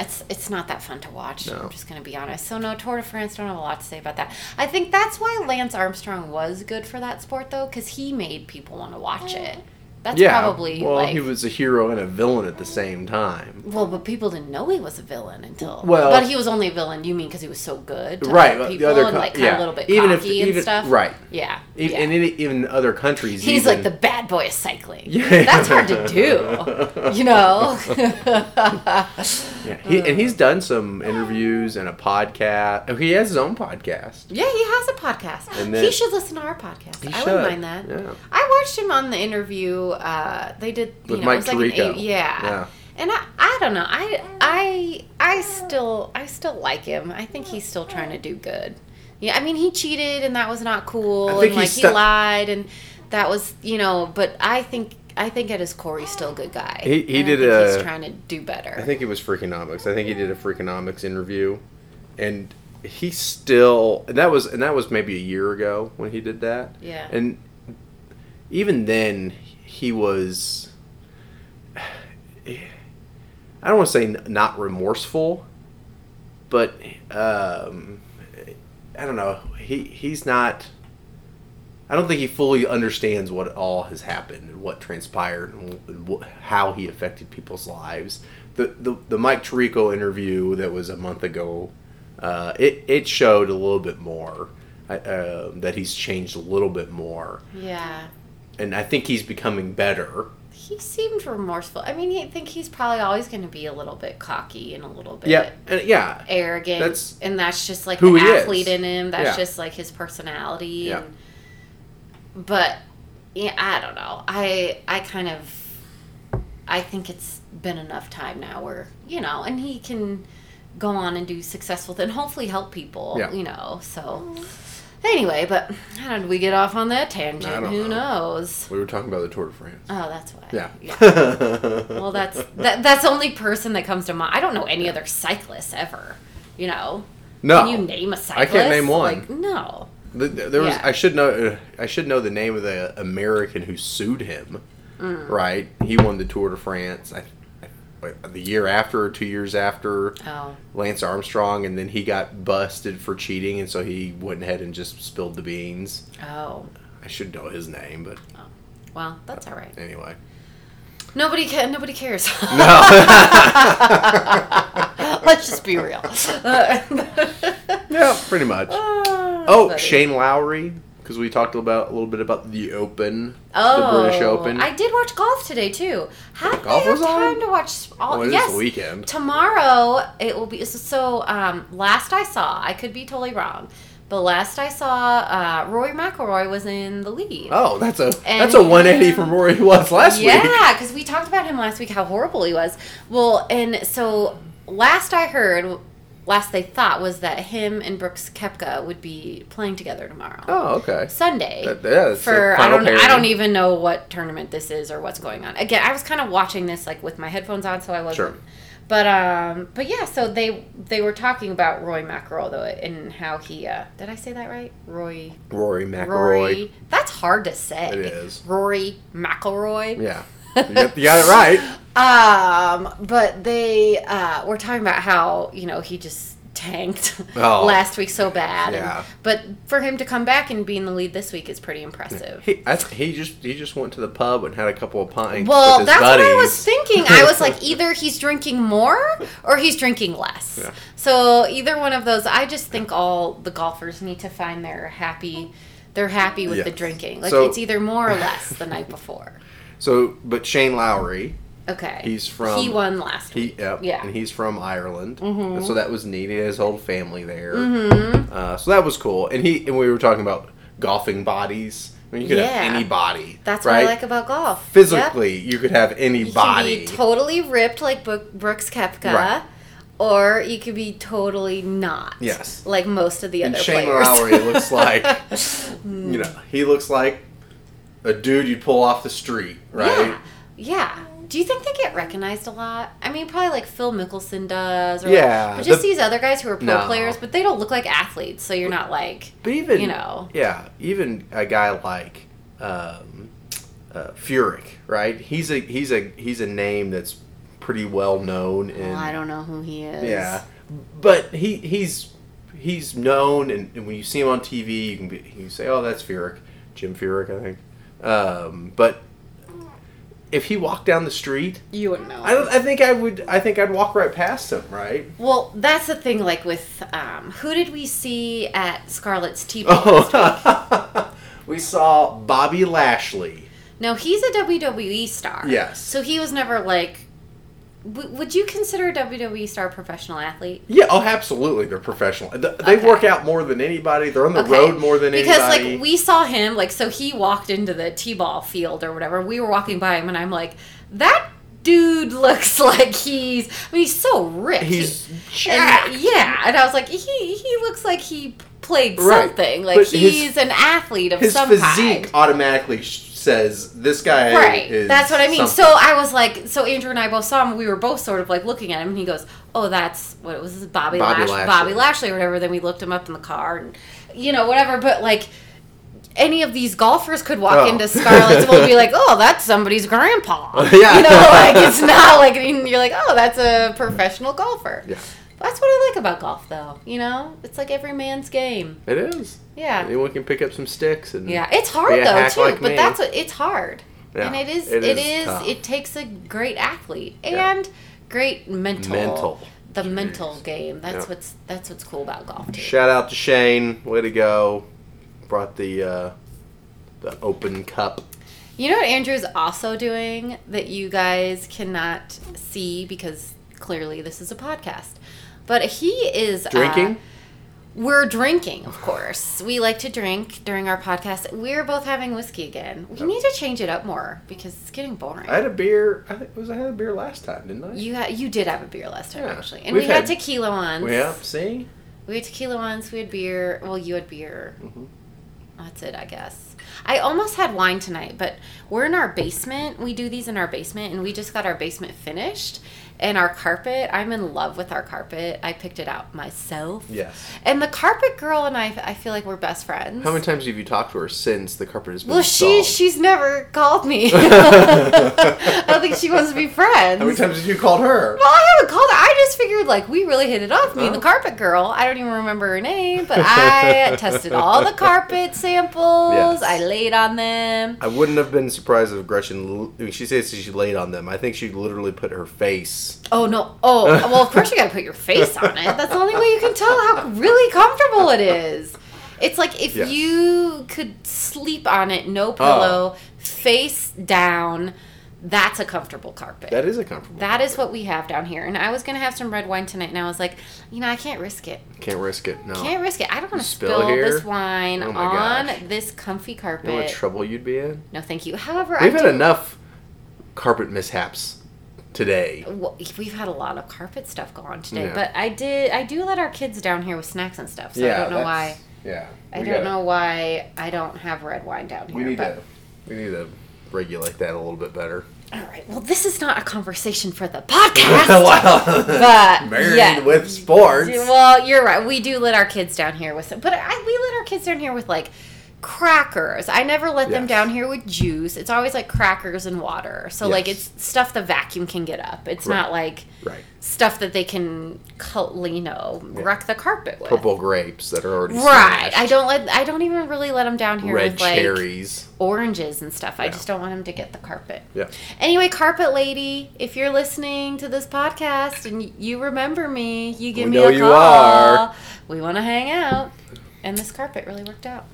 [SPEAKER 2] It's, it's not that fun to watch.
[SPEAKER 1] No.
[SPEAKER 2] I'm just going to be honest. So no, Tour de France. Don't have a lot to say about that. I think that's why Lance Armstrong was good for that sport though, because he made people want to watch it. That's
[SPEAKER 1] yeah
[SPEAKER 2] probably
[SPEAKER 1] well
[SPEAKER 2] like,
[SPEAKER 1] he was a hero and a villain at the same time
[SPEAKER 2] well, but people didn't know he was a villain until.
[SPEAKER 1] Well-
[SPEAKER 2] but he was only a villain. You mean because he was so good, to
[SPEAKER 1] Right,
[SPEAKER 2] other
[SPEAKER 1] well, the
[SPEAKER 2] people
[SPEAKER 1] other
[SPEAKER 2] and
[SPEAKER 1] co-
[SPEAKER 2] like kind
[SPEAKER 1] yeah.
[SPEAKER 2] of a little bit
[SPEAKER 1] Even if-
[SPEAKER 2] cocky and
[SPEAKER 1] even-
[SPEAKER 2] stuff.
[SPEAKER 1] right.
[SPEAKER 2] Yeah.
[SPEAKER 1] E-
[SPEAKER 2] yeah.
[SPEAKER 1] and in, even other countries
[SPEAKER 2] He's
[SPEAKER 1] even-
[SPEAKER 2] like the bad boy of cycling.
[SPEAKER 1] Yeah.
[SPEAKER 2] That's hard to do. You know.
[SPEAKER 1] yeah, he, and
[SPEAKER 2] mm.
[SPEAKER 1] he's done some interviews and a podcast oh, he has his own podcast
[SPEAKER 2] yeah, he has a podcast.
[SPEAKER 1] And then-
[SPEAKER 2] he should listen to our podcast.
[SPEAKER 1] He
[SPEAKER 2] I wouldn't
[SPEAKER 1] should,
[SPEAKER 2] mind that.
[SPEAKER 1] yeah.
[SPEAKER 2] I watched him on the interview. Uh, they did. You
[SPEAKER 1] With
[SPEAKER 2] know,
[SPEAKER 1] Mike
[SPEAKER 2] it was like
[SPEAKER 1] Tirico.
[SPEAKER 2] An eight, yeah.
[SPEAKER 1] Yeah.
[SPEAKER 2] And I, I don't know. I I I still I still like him. I think he's still trying to do good. Yeah, I mean he cheated and that was not cool
[SPEAKER 1] I think
[SPEAKER 2] and
[SPEAKER 1] he
[SPEAKER 2] like
[SPEAKER 1] stu-
[SPEAKER 2] he lied and that was you know, but I think I think at his core he's still a good guy.
[SPEAKER 1] He- he
[SPEAKER 2] And I
[SPEAKER 1] did
[SPEAKER 2] think
[SPEAKER 1] a-
[SPEAKER 2] he's trying to do better.
[SPEAKER 1] I think it was Freakonomics. I think he did a Freakonomics interview, and he still and that was and that was maybe a year ago when he did that.
[SPEAKER 2] Yeah.
[SPEAKER 1] And even then, he was. I don't want to say n- not remorseful, but um, I don't know. He he's not. I don't think he fully understands what all has happened and what transpired and wh- how he affected people's lives. The, the the Mike Tirico interview that was a month ago, uh, it it showed a little bit more I- uh, that he's changed a little bit more,
[SPEAKER 2] yeah.
[SPEAKER 1] and I think he's becoming better.
[SPEAKER 2] He seemed remorseful. I mean, I think he's probably always going to be a little bit cocky and a little bit
[SPEAKER 1] Yeah, and yeah,
[SPEAKER 2] arrogant.
[SPEAKER 1] That's
[SPEAKER 2] and that's just like
[SPEAKER 1] who
[SPEAKER 2] the
[SPEAKER 1] he is.
[SPEAKER 2] athlete in him. That's
[SPEAKER 1] Yeah.
[SPEAKER 2] just like his personality.
[SPEAKER 1] Yeah.
[SPEAKER 2] And, but yeah, I don't know. I I kind of I think it's been enough time now where, you know, and he can go on and do successful things and hopefully help people,
[SPEAKER 1] Yeah.
[SPEAKER 2] you know. So anyway, but how did we get off on that tangent?
[SPEAKER 1] I don't
[SPEAKER 2] Who
[SPEAKER 1] know.
[SPEAKER 2] knows?
[SPEAKER 1] We were talking about the Tour de France.
[SPEAKER 2] Oh, that's why.
[SPEAKER 1] Yeah.
[SPEAKER 2] Well, that's that, that's the only person that comes to mind. I don't know any other cyclists ever. You know,
[SPEAKER 1] no.
[SPEAKER 2] can you name a cyclist?
[SPEAKER 1] can't name one.
[SPEAKER 2] Like, no.
[SPEAKER 1] Th- th- There was
[SPEAKER 2] Yeah.
[SPEAKER 1] I should know uh, I should know the name of the American who sued him.
[SPEAKER 2] Mm.
[SPEAKER 1] Right, he won the Tour de France. I, I, the year after, or two years after,
[SPEAKER 2] Oh,
[SPEAKER 1] Lance Armstrong, and then he got busted for cheating, and so he went ahead and just spilled the beans.
[SPEAKER 2] oh.
[SPEAKER 1] I should know his name, but
[SPEAKER 2] Well, that's all right.
[SPEAKER 1] anyway,
[SPEAKER 2] Nobody can. Nobody cares.
[SPEAKER 1] no,
[SPEAKER 2] Let's just be real.
[SPEAKER 1] Oh, yeah, pretty much.
[SPEAKER 2] oh,
[SPEAKER 1] Oh, Shane Lowry, because we talked about a little bit about the Open,
[SPEAKER 2] Oh,
[SPEAKER 1] the British Open.
[SPEAKER 2] I did watch golf today too. How did
[SPEAKER 1] Golf
[SPEAKER 2] I have
[SPEAKER 1] was on?
[SPEAKER 2] time to watch s- all?
[SPEAKER 1] Well, it is
[SPEAKER 2] yes,
[SPEAKER 1] the weekend.
[SPEAKER 2] tomorrow it will be so um last i saw i could be totally wrong but last i saw uh roy mcilroy was in the lead
[SPEAKER 1] Oh, that's a
[SPEAKER 2] And um,
[SPEAKER 1] that's a 180 from where he was last
[SPEAKER 2] yeah,
[SPEAKER 1] week.
[SPEAKER 2] because we talked about him last week how horrible he was. Well, and so last I heard, last they thought was that him and Brooks Kepka would be playing together tomorrow,
[SPEAKER 1] Oh, okay.
[SPEAKER 2] Sunday.
[SPEAKER 1] That- yeah, it's
[SPEAKER 2] for
[SPEAKER 1] a
[SPEAKER 2] I
[SPEAKER 1] final
[SPEAKER 2] don't I don't
[SPEAKER 1] pairing.
[SPEAKER 2] even know what tournament this is or what's going on. Again, I was kind of watching this like with my headphones on, so I wasn't.
[SPEAKER 1] Sure.
[SPEAKER 2] But um, but yeah, so they they were talking about Roy McIlroy though and how he uh, did I say that right? Roy
[SPEAKER 1] Rory McIlroy.
[SPEAKER 2] Rory. That's hard to say.
[SPEAKER 1] It is.
[SPEAKER 2] Rory McIlroy.
[SPEAKER 1] Yeah, you got, you got it right.
[SPEAKER 2] Um, but they uh, were talking about how you know he just tanked
[SPEAKER 1] Oh.
[SPEAKER 2] last week so bad. and-
[SPEAKER 1] Yeah.
[SPEAKER 2] but for him to come back and be in the lead this week is pretty impressive.
[SPEAKER 1] He I, he just he just went to the pub and had a couple of pints. with
[SPEAKER 2] Well,
[SPEAKER 1] his
[SPEAKER 2] that's
[SPEAKER 1] buddies.
[SPEAKER 2] what I was thinking. I was like, either he's drinking more or he's drinking less.
[SPEAKER 1] Yeah.
[SPEAKER 2] So either one of those. I just think all the golfers need to find their happy. They're happy with the
[SPEAKER 1] Yes.
[SPEAKER 2] drinking. Like
[SPEAKER 1] So-
[SPEAKER 2] it's either more or less the night before.
[SPEAKER 1] So, but Shane Lowry,
[SPEAKER 2] Okay.
[SPEAKER 1] He's from-
[SPEAKER 2] He won last
[SPEAKER 1] he
[SPEAKER 2] week.
[SPEAKER 1] yep,
[SPEAKER 2] Yeah. Mm-hmm.
[SPEAKER 1] and he's from Ireland, and so that was neat. He had His whole family there, uh, so that was cool. And he and we were talking about golfing bodies. I mean, you could
[SPEAKER 2] Yeah.
[SPEAKER 1] have any body.
[SPEAKER 2] That's
[SPEAKER 1] right?
[SPEAKER 2] what I like about golf. Yep.
[SPEAKER 1] Physically, you could have any
[SPEAKER 2] You
[SPEAKER 1] body.
[SPEAKER 2] could be totally ripped like Bo- Brooks Kepka,
[SPEAKER 1] Right.
[SPEAKER 2] or you could be totally not.
[SPEAKER 1] Yes.
[SPEAKER 2] Like most of the
[SPEAKER 1] and
[SPEAKER 2] other
[SPEAKER 1] Shane
[SPEAKER 2] players.
[SPEAKER 1] Lowry looks like
[SPEAKER 2] Hmm.
[SPEAKER 1] you know he looks like a dude you'd pull off the street, right?
[SPEAKER 2] Yeah. Yeah. Do you think they get recognized a lot? I mean, probably like Phil Mickelson does. Or
[SPEAKER 1] Yeah,
[SPEAKER 2] But just
[SPEAKER 1] the-
[SPEAKER 2] these other guys who are pro
[SPEAKER 1] No.
[SPEAKER 2] players, but they don't look like athletes, so you're not like.
[SPEAKER 1] But even
[SPEAKER 2] You know.
[SPEAKER 1] yeah, even a guy like um, uh, Furyk, right? He's a he's a he's a name that's pretty well known in
[SPEAKER 2] Well, Oh, I don't know who he is.
[SPEAKER 1] yeah, but he he's he's known, and, and when you see him on TV, you can be, you can say, oh, that's Furyk, Jim Furyk, I think. Um, but if he walked down the street,
[SPEAKER 2] You wouldn't know.
[SPEAKER 1] I don't, I think I would I think I'd walk right past him, right?
[SPEAKER 2] Well, that's the thing. Like with um, who did we see at Scarlett's Teepee?
[SPEAKER 1] Oh, we saw Bobby Lashley.
[SPEAKER 2] No, he's a WWE star.
[SPEAKER 1] Yes.
[SPEAKER 2] So he was never like. W- would you consider a WWE star a professional athlete?
[SPEAKER 1] Yeah, oh, absolutely. They're professional. Th- They
[SPEAKER 2] Okay.
[SPEAKER 1] work out more than anybody. They're on the
[SPEAKER 2] Okay.
[SPEAKER 1] road more than
[SPEAKER 2] because
[SPEAKER 1] anybody.
[SPEAKER 2] like we saw him like so he walked into the t-ball field or whatever we were walking by him and i'm like that dude looks like he's i mean he's so ripped
[SPEAKER 1] he's
[SPEAKER 2] He- and- yeah and i was like he he looks like he played
[SPEAKER 1] Right.
[SPEAKER 2] something like
[SPEAKER 1] But his-
[SPEAKER 2] he's an athlete of
[SPEAKER 1] his
[SPEAKER 2] some
[SPEAKER 1] physique
[SPEAKER 2] kind
[SPEAKER 1] automatically sh- says this guy.
[SPEAKER 2] Right,
[SPEAKER 1] is
[SPEAKER 2] that's what I mean.
[SPEAKER 1] something."
[SPEAKER 2] So I was like, so Andrew and I both saw him. We were both sort of like looking at him, and he goes, "Oh, that's what was this Bobby,
[SPEAKER 1] Bobby
[SPEAKER 2] Lash-
[SPEAKER 1] Lashley.
[SPEAKER 2] Bobby Lashley or whatever." Then we looked him up in the car, and you know whatever. But like, any of these golfers could walk
[SPEAKER 1] Oh.
[SPEAKER 2] into Scarlett's and be like, "Oh, that's somebody's grandpa."
[SPEAKER 1] Yeah.
[SPEAKER 2] you know, like it's not like and you're like, "Oh, that's a professional golfer."
[SPEAKER 1] Yeah.
[SPEAKER 2] That's what I like about golf, though. You know, it's like every man's game.
[SPEAKER 1] it is.
[SPEAKER 2] Yeah,
[SPEAKER 1] Anyone can pick up some sticks and
[SPEAKER 2] yeah, it's hard
[SPEAKER 1] Be a
[SPEAKER 2] though
[SPEAKER 1] hack
[SPEAKER 2] too,
[SPEAKER 1] like
[SPEAKER 2] but
[SPEAKER 1] me.
[SPEAKER 2] that's what it's hard.
[SPEAKER 1] Yeah,
[SPEAKER 2] and it is
[SPEAKER 1] it
[SPEAKER 2] it
[SPEAKER 1] is
[SPEAKER 2] is,
[SPEAKER 1] tough.
[SPEAKER 2] it takes a great athlete
[SPEAKER 1] Yeah.
[SPEAKER 2] and great mental
[SPEAKER 1] mental.
[SPEAKER 2] the mental game. That's
[SPEAKER 1] Yeah.
[SPEAKER 2] what's that's what's cool about golf too.
[SPEAKER 1] Shout out to Shane. Way to go. Brought the uh, the open cup.
[SPEAKER 2] You know what Andrew's also doing that you guys cannot see because clearly this is a podcast. But he is uh,
[SPEAKER 1] Drinking?
[SPEAKER 2] We're drinking, of course. We like to drink during our podcast. We're both having whiskey again. We need to change it up more because it's getting boring.
[SPEAKER 1] I had a beer. I think was I had a beer last time, didn't I?
[SPEAKER 2] you ha- you did have a beer last time
[SPEAKER 1] Yeah.
[SPEAKER 2] actually, and
[SPEAKER 1] We've
[SPEAKER 2] we
[SPEAKER 1] had-
[SPEAKER 2] had, tequila once.
[SPEAKER 1] yeah. See.
[SPEAKER 2] We had tequila once. We had beer. Well, you had beer.
[SPEAKER 1] Mhm.
[SPEAKER 2] That's it, I guess. I almost had wine tonight, but we're in our basement. We do these in our basement, and we just got our basement finished. And our carpet, I'm in love with our carpet. I picked it out myself.
[SPEAKER 1] Yes.
[SPEAKER 2] And the carpet girl and I, I feel like we're best friends.
[SPEAKER 1] How many times have you talked to her since the carpet has been
[SPEAKER 2] Well, she
[SPEAKER 1] installed?
[SPEAKER 2] she's never called me. I don't think she wants to be friends.
[SPEAKER 1] How many times have you called her?
[SPEAKER 2] Well, I haven't called. her. I just figured like we really hit it off. Me and the
[SPEAKER 1] Oh.
[SPEAKER 2] carpet girl. I don't even remember her name, but I tested all the carpet samples.
[SPEAKER 1] Yes.
[SPEAKER 2] I laid on them.
[SPEAKER 1] I wouldn't have been surprised if Gretchen. l- I mean, she says she laid on them. I think she literally put her face.
[SPEAKER 2] Oh no! Oh well, of course you got to put your face on it. That's the only way you can tell how really comfortable it is. It's like if
[SPEAKER 1] Yes.
[SPEAKER 2] you could sleep on it, no
[SPEAKER 1] Oh.
[SPEAKER 2] pillow, face down. That's a comfortable carpet.
[SPEAKER 1] That is a comfortable.
[SPEAKER 2] That is what we have down here. And I was gonna have some red wine tonight, and I was like, you know, I can't risk it.
[SPEAKER 1] Can't risk it. No.
[SPEAKER 2] Can't risk it. I don't want to
[SPEAKER 1] Oh. Spill
[SPEAKER 2] spill,
[SPEAKER 1] here?
[SPEAKER 2] this wine
[SPEAKER 1] Oh my
[SPEAKER 2] on
[SPEAKER 1] gosh.
[SPEAKER 2] this comfy
[SPEAKER 1] You know what
[SPEAKER 2] carpet.
[SPEAKER 1] trouble you'd be in?
[SPEAKER 2] no, thank you. However,
[SPEAKER 1] We've
[SPEAKER 2] I
[SPEAKER 1] had
[SPEAKER 2] do-
[SPEAKER 1] enough carpet mishaps today.
[SPEAKER 2] Well, we've had a lot of carpet stuff go on today,
[SPEAKER 1] Yeah.
[SPEAKER 2] but I did. I do let our kids down here with snacks and stuff, so I don't know why.
[SPEAKER 1] Yeah.
[SPEAKER 2] I don't know why I don't have red wine down here.
[SPEAKER 1] We need
[SPEAKER 2] but-
[SPEAKER 1] to. We need to regulate that a little bit better.
[SPEAKER 2] All right. Well, this is not a conversation for the podcast.
[SPEAKER 1] wow.
[SPEAKER 2] But,
[SPEAKER 1] Married
[SPEAKER 2] yeah.
[SPEAKER 1] with sports.
[SPEAKER 2] Well, you're right. We do let our kids down here with some, but I, we let our kids down here with like crackers. I never let them
[SPEAKER 1] Yes.
[SPEAKER 2] down here with juice. It's always like crackers and water. So like
[SPEAKER 1] Yes.
[SPEAKER 2] it's stuff the vacuum can get up. It's not like
[SPEAKER 1] Right.
[SPEAKER 2] stuff that they can, col- you know, wreck the carpet with.
[SPEAKER 1] Purple grapes that are already
[SPEAKER 2] Right. I
[SPEAKER 1] smashed.
[SPEAKER 2] don't let. I don't even really let them down here
[SPEAKER 1] Red
[SPEAKER 2] with like
[SPEAKER 1] cherries.
[SPEAKER 2] oranges and stuff. I
[SPEAKER 1] Yeah.
[SPEAKER 2] just don't want them to get the carpet.
[SPEAKER 1] Yeah.
[SPEAKER 2] Anyway, carpet lady, if you're listening to this podcast and y- you remember me, you give
[SPEAKER 1] We
[SPEAKER 2] me
[SPEAKER 1] know
[SPEAKER 2] a
[SPEAKER 1] you
[SPEAKER 2] call.
[SPEAKER 1] are.
[SPEAKER 2] We want to hang out. And this carpet really worked out.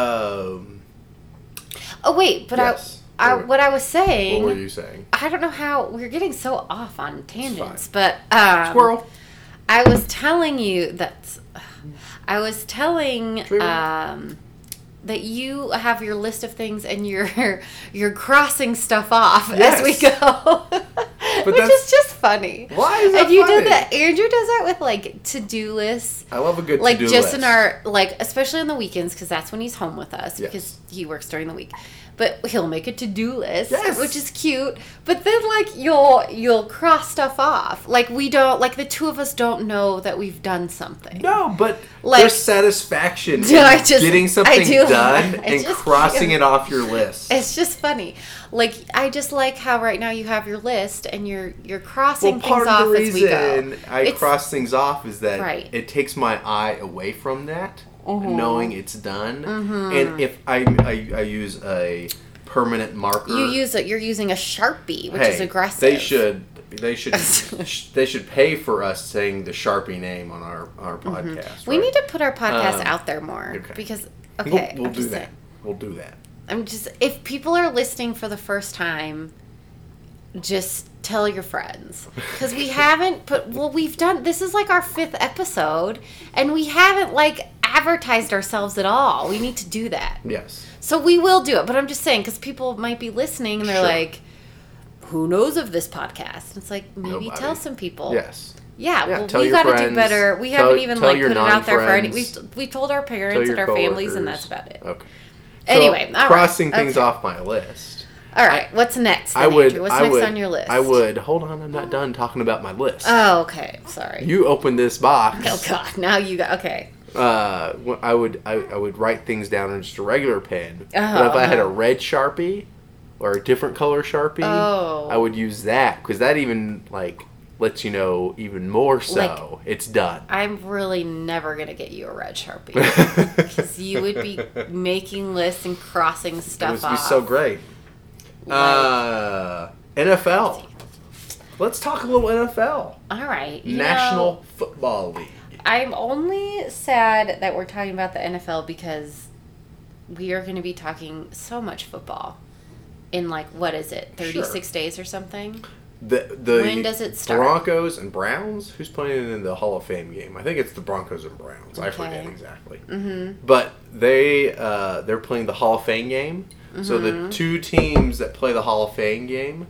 [SPEAKER 1] Um.
[SPEAKER 2] Oh wait, but
[SPEAKER 1] Yes.
[SPEAKER 2] I, I
[SPEAKER 1] What-
[SPEAKER 2] what I
[SPEAKER 1] What
[SPEAKER 2] was saying,
[SPEAKER 1] were you saying?
[SPEAKER 2] I don't know how we're getting so off on tangents, but um,
[SPEAKER 1] Squirrel.
[SPEAKER 2] I was telling you that I was telling
[SPEAKER 1] Tree work.
[SPEAKER 2] um, that you have your list of things and you're you're crossing stuff off as we
[SPEAKER 1] Yes.
[SPEAKER 2] go, which
[SPEAKER 1] that's-
[SPEAKER 2] is just funny.
[SPEAKER 1] Why is that
[SPEAKER 2] and you
[SPEAKER 1] funny?
[SPEAKER 2] do that. Andrew does that with like to do lists.
[SPEAKER 1] I love a good
[SPEAKER 2] Like
[SPEAKER 1] to-do
[SPEAKER 2] just in
[SPEAKER 1] list.
[SPEAKER 2] our like, especially on the weekends, because that's when he's home with us
[SPEAKER 1] Yes.
[SPEAKER 2] because he works during the week. But he'll make a to do list,
[SPEAKER 1] Yes.
[SPEAKER 2] which is cute. But then like you'll you'll cross stuff off. Like we don't like the two of us don't know that we've done something.
[SPEAKER 1] No, but
[SPEAKER 2] Like-
[SPEAKER 1] there's satisfaction
[SPEAKER 2] Do
[SPEAKER 1] in
[SPEAKER 2] I just-
[SPEAKER 1] getting
[SPEAKER 2] I
[SPEAKER 1] something
[SPEAKER 2] do-
[SPEAKER 1] done
[SPEAKER 2] I
[SPEAKER 1] and
[SPEAKER 2] just
[SPEAKER 1] crossing
[SPEAKER 2] can't.
[SPEAKER 1] it off your list.
[SPEAKER 2] It's just funny. Like I just like how right now you have your list and you're you're crossing things off as we go.
[SPEAKER 1] I
[SPEAKER 2] It's-
[SPEAKER 1] cross things off is that
[SPEAKER 2] Right. Mm-hmm.
[SPEAKER 1] it takes my eye away from that, knowing it's done. And if I, I I use a permanent marker,
[SPEAKER 2] You use it. You're using a sharpie, which
[SPEAKER 1] hey,
[SPEAKER 2] is aggressive.
[SPEAKER 1] They should they should they should pay for us saying the Sharpie name on our our podcast.
[SPEAKER 2] Mm-hmm. We
[SPEAKER 1] right?
[SPEAKER 2] need to put our podcast
[SPEAKER 1] Um,
[SPEAKER 2] out there more
[SPEAKER 1] okay.
[SPEAKER 2] because okay,
[SPEAKER 1] We'll, we'll
[SPEAKER 2] I'm
[SPEAKER 1] do
[SPEAKER 2] just
[SPEAKER 1] that.
[SPEAKER 2] saying.
[SPEAKER 1] We'll do that.
[SPEAKER 2] I'm just if people are listening for the first time, just tell your friends because we haven't put well we've done this is like our fifth episode and we haven't like advertised ourselves at all. We need to do that.
[SPEAKER 1] Yes.
[SPEAKER 2] So we will do it, but I'm just saying because people might be listening and they're
[SPEAKER 1] Sure.
[SPEAKER 2] like, "Who knows of this podcast?" It's like maybe
[SPEAKER 1] Nobody.
[SPEAKER 2] tell some people.
[SPEAKER 1] Yes.
[SPEAKER 2] Yeah,
[SPEAKER 1] Yeah,
[SPEAKER 2] well,
[SPEAKER 1] tell
[SPEAKER 2] we
[SPEAKER 1] your
[SPEAKER 2] got to do
[SPEAKER 1] friends.
[SPEAKER 2] better. We
[SPEAKER 1] Tell-
[SPEAKER 2] haven't even
[SPEAKER 1] tell
[SPEAKER 2] like
[SPEAKER 1] your
[SPEAKER 2] put it out there for any. We
[SPEAKER 1] non-friends.
[SPEAKER 2] we told our
[SPEAKER 1] Tell
[SPEAKER 2] parents and
[SPEAKER 1] your
[SPEAKER 2] our families, and
[SPEAKER 1] coworkers.
[SPEAKER 2] that's about it.
[SPEAKER 1] Okay.
[SPEAKER 2] Anyway, all
[SPEAKER 1] crossing
[SPEAKER 2] right,
[SPEAKER 1] things
[SPEAKER 2] okay.
[SPEAKER 1] off my list.
[SPEAKER 2] All right, what's next?
[SPEAKER 1] I
[SPEAKER 2] then,
[SPEAKER 1] would.
[SPEAKER 2] Andrew? What's
[SPEAKER 1] I
[SPEAKER 2] next
[SPEAKER 1] would,
[SPEAKER 2] on your list?
[SPEAKER 1] I would. Hold on, I'm not done talking about my list.
[SPEAKER 2] Oh, okay. Sorry.
[SPEAKER 1] you open this
[SPEAKER 2] oh
[SPEAKER 1] box.
[SPEAKER 2] God. Now you got okay.
[SPEAKER 1] Uh, wh- I would. I, I would write things down in just a regular pen.
[SPEAKER 2] Uh-huh,
[SPEAKER 1] but if I had a
[SPEAKER 2] uh-huh.
[SPEAKER 1] red sharpie or a different color sharpie,
[SPEAKER 2] Oh.
[SPEAKER 1] I would use that because that even like lets you know even more so it's done.
[SPEAKER 2] I'm really never gonna get you a red sharpie because
[SPEAKER 1] Because
[SPEAKER 2] you would be making lists and crossing
[SPEAKER 1] It
[SPEAKER 2] stuff
[SPEAKER 1] would be
[SPEAKER 2] off.
[SPEAKER 1] so great. Uh, NFL. Let's talk a little NFL.
[SPEAKER 2] All right. you know-
[SPEAKER 1] National Football League.
[SPEAKER 2] I'm only sad that we're talking about the NFL because we are going to be talking so much football in like what is it 36 days or something
[SPEAKER 1] the the
[SPEAKER 2] When does it start?
[SPEAKER 1] Broncos and Browns. Who's playing in the Hall of Fame game? I think it's the Broncos and Browns. I forget
[SPEAKER 2] Okay. Mm.
[SPEAKER 1] exactly. Mm-hmm. But they uh, they're playing the Hall of Fame game. So the
[SPEAKER 2] Mm-hmm.
[SPEAKER 1] two teams that play the Hall of Fame game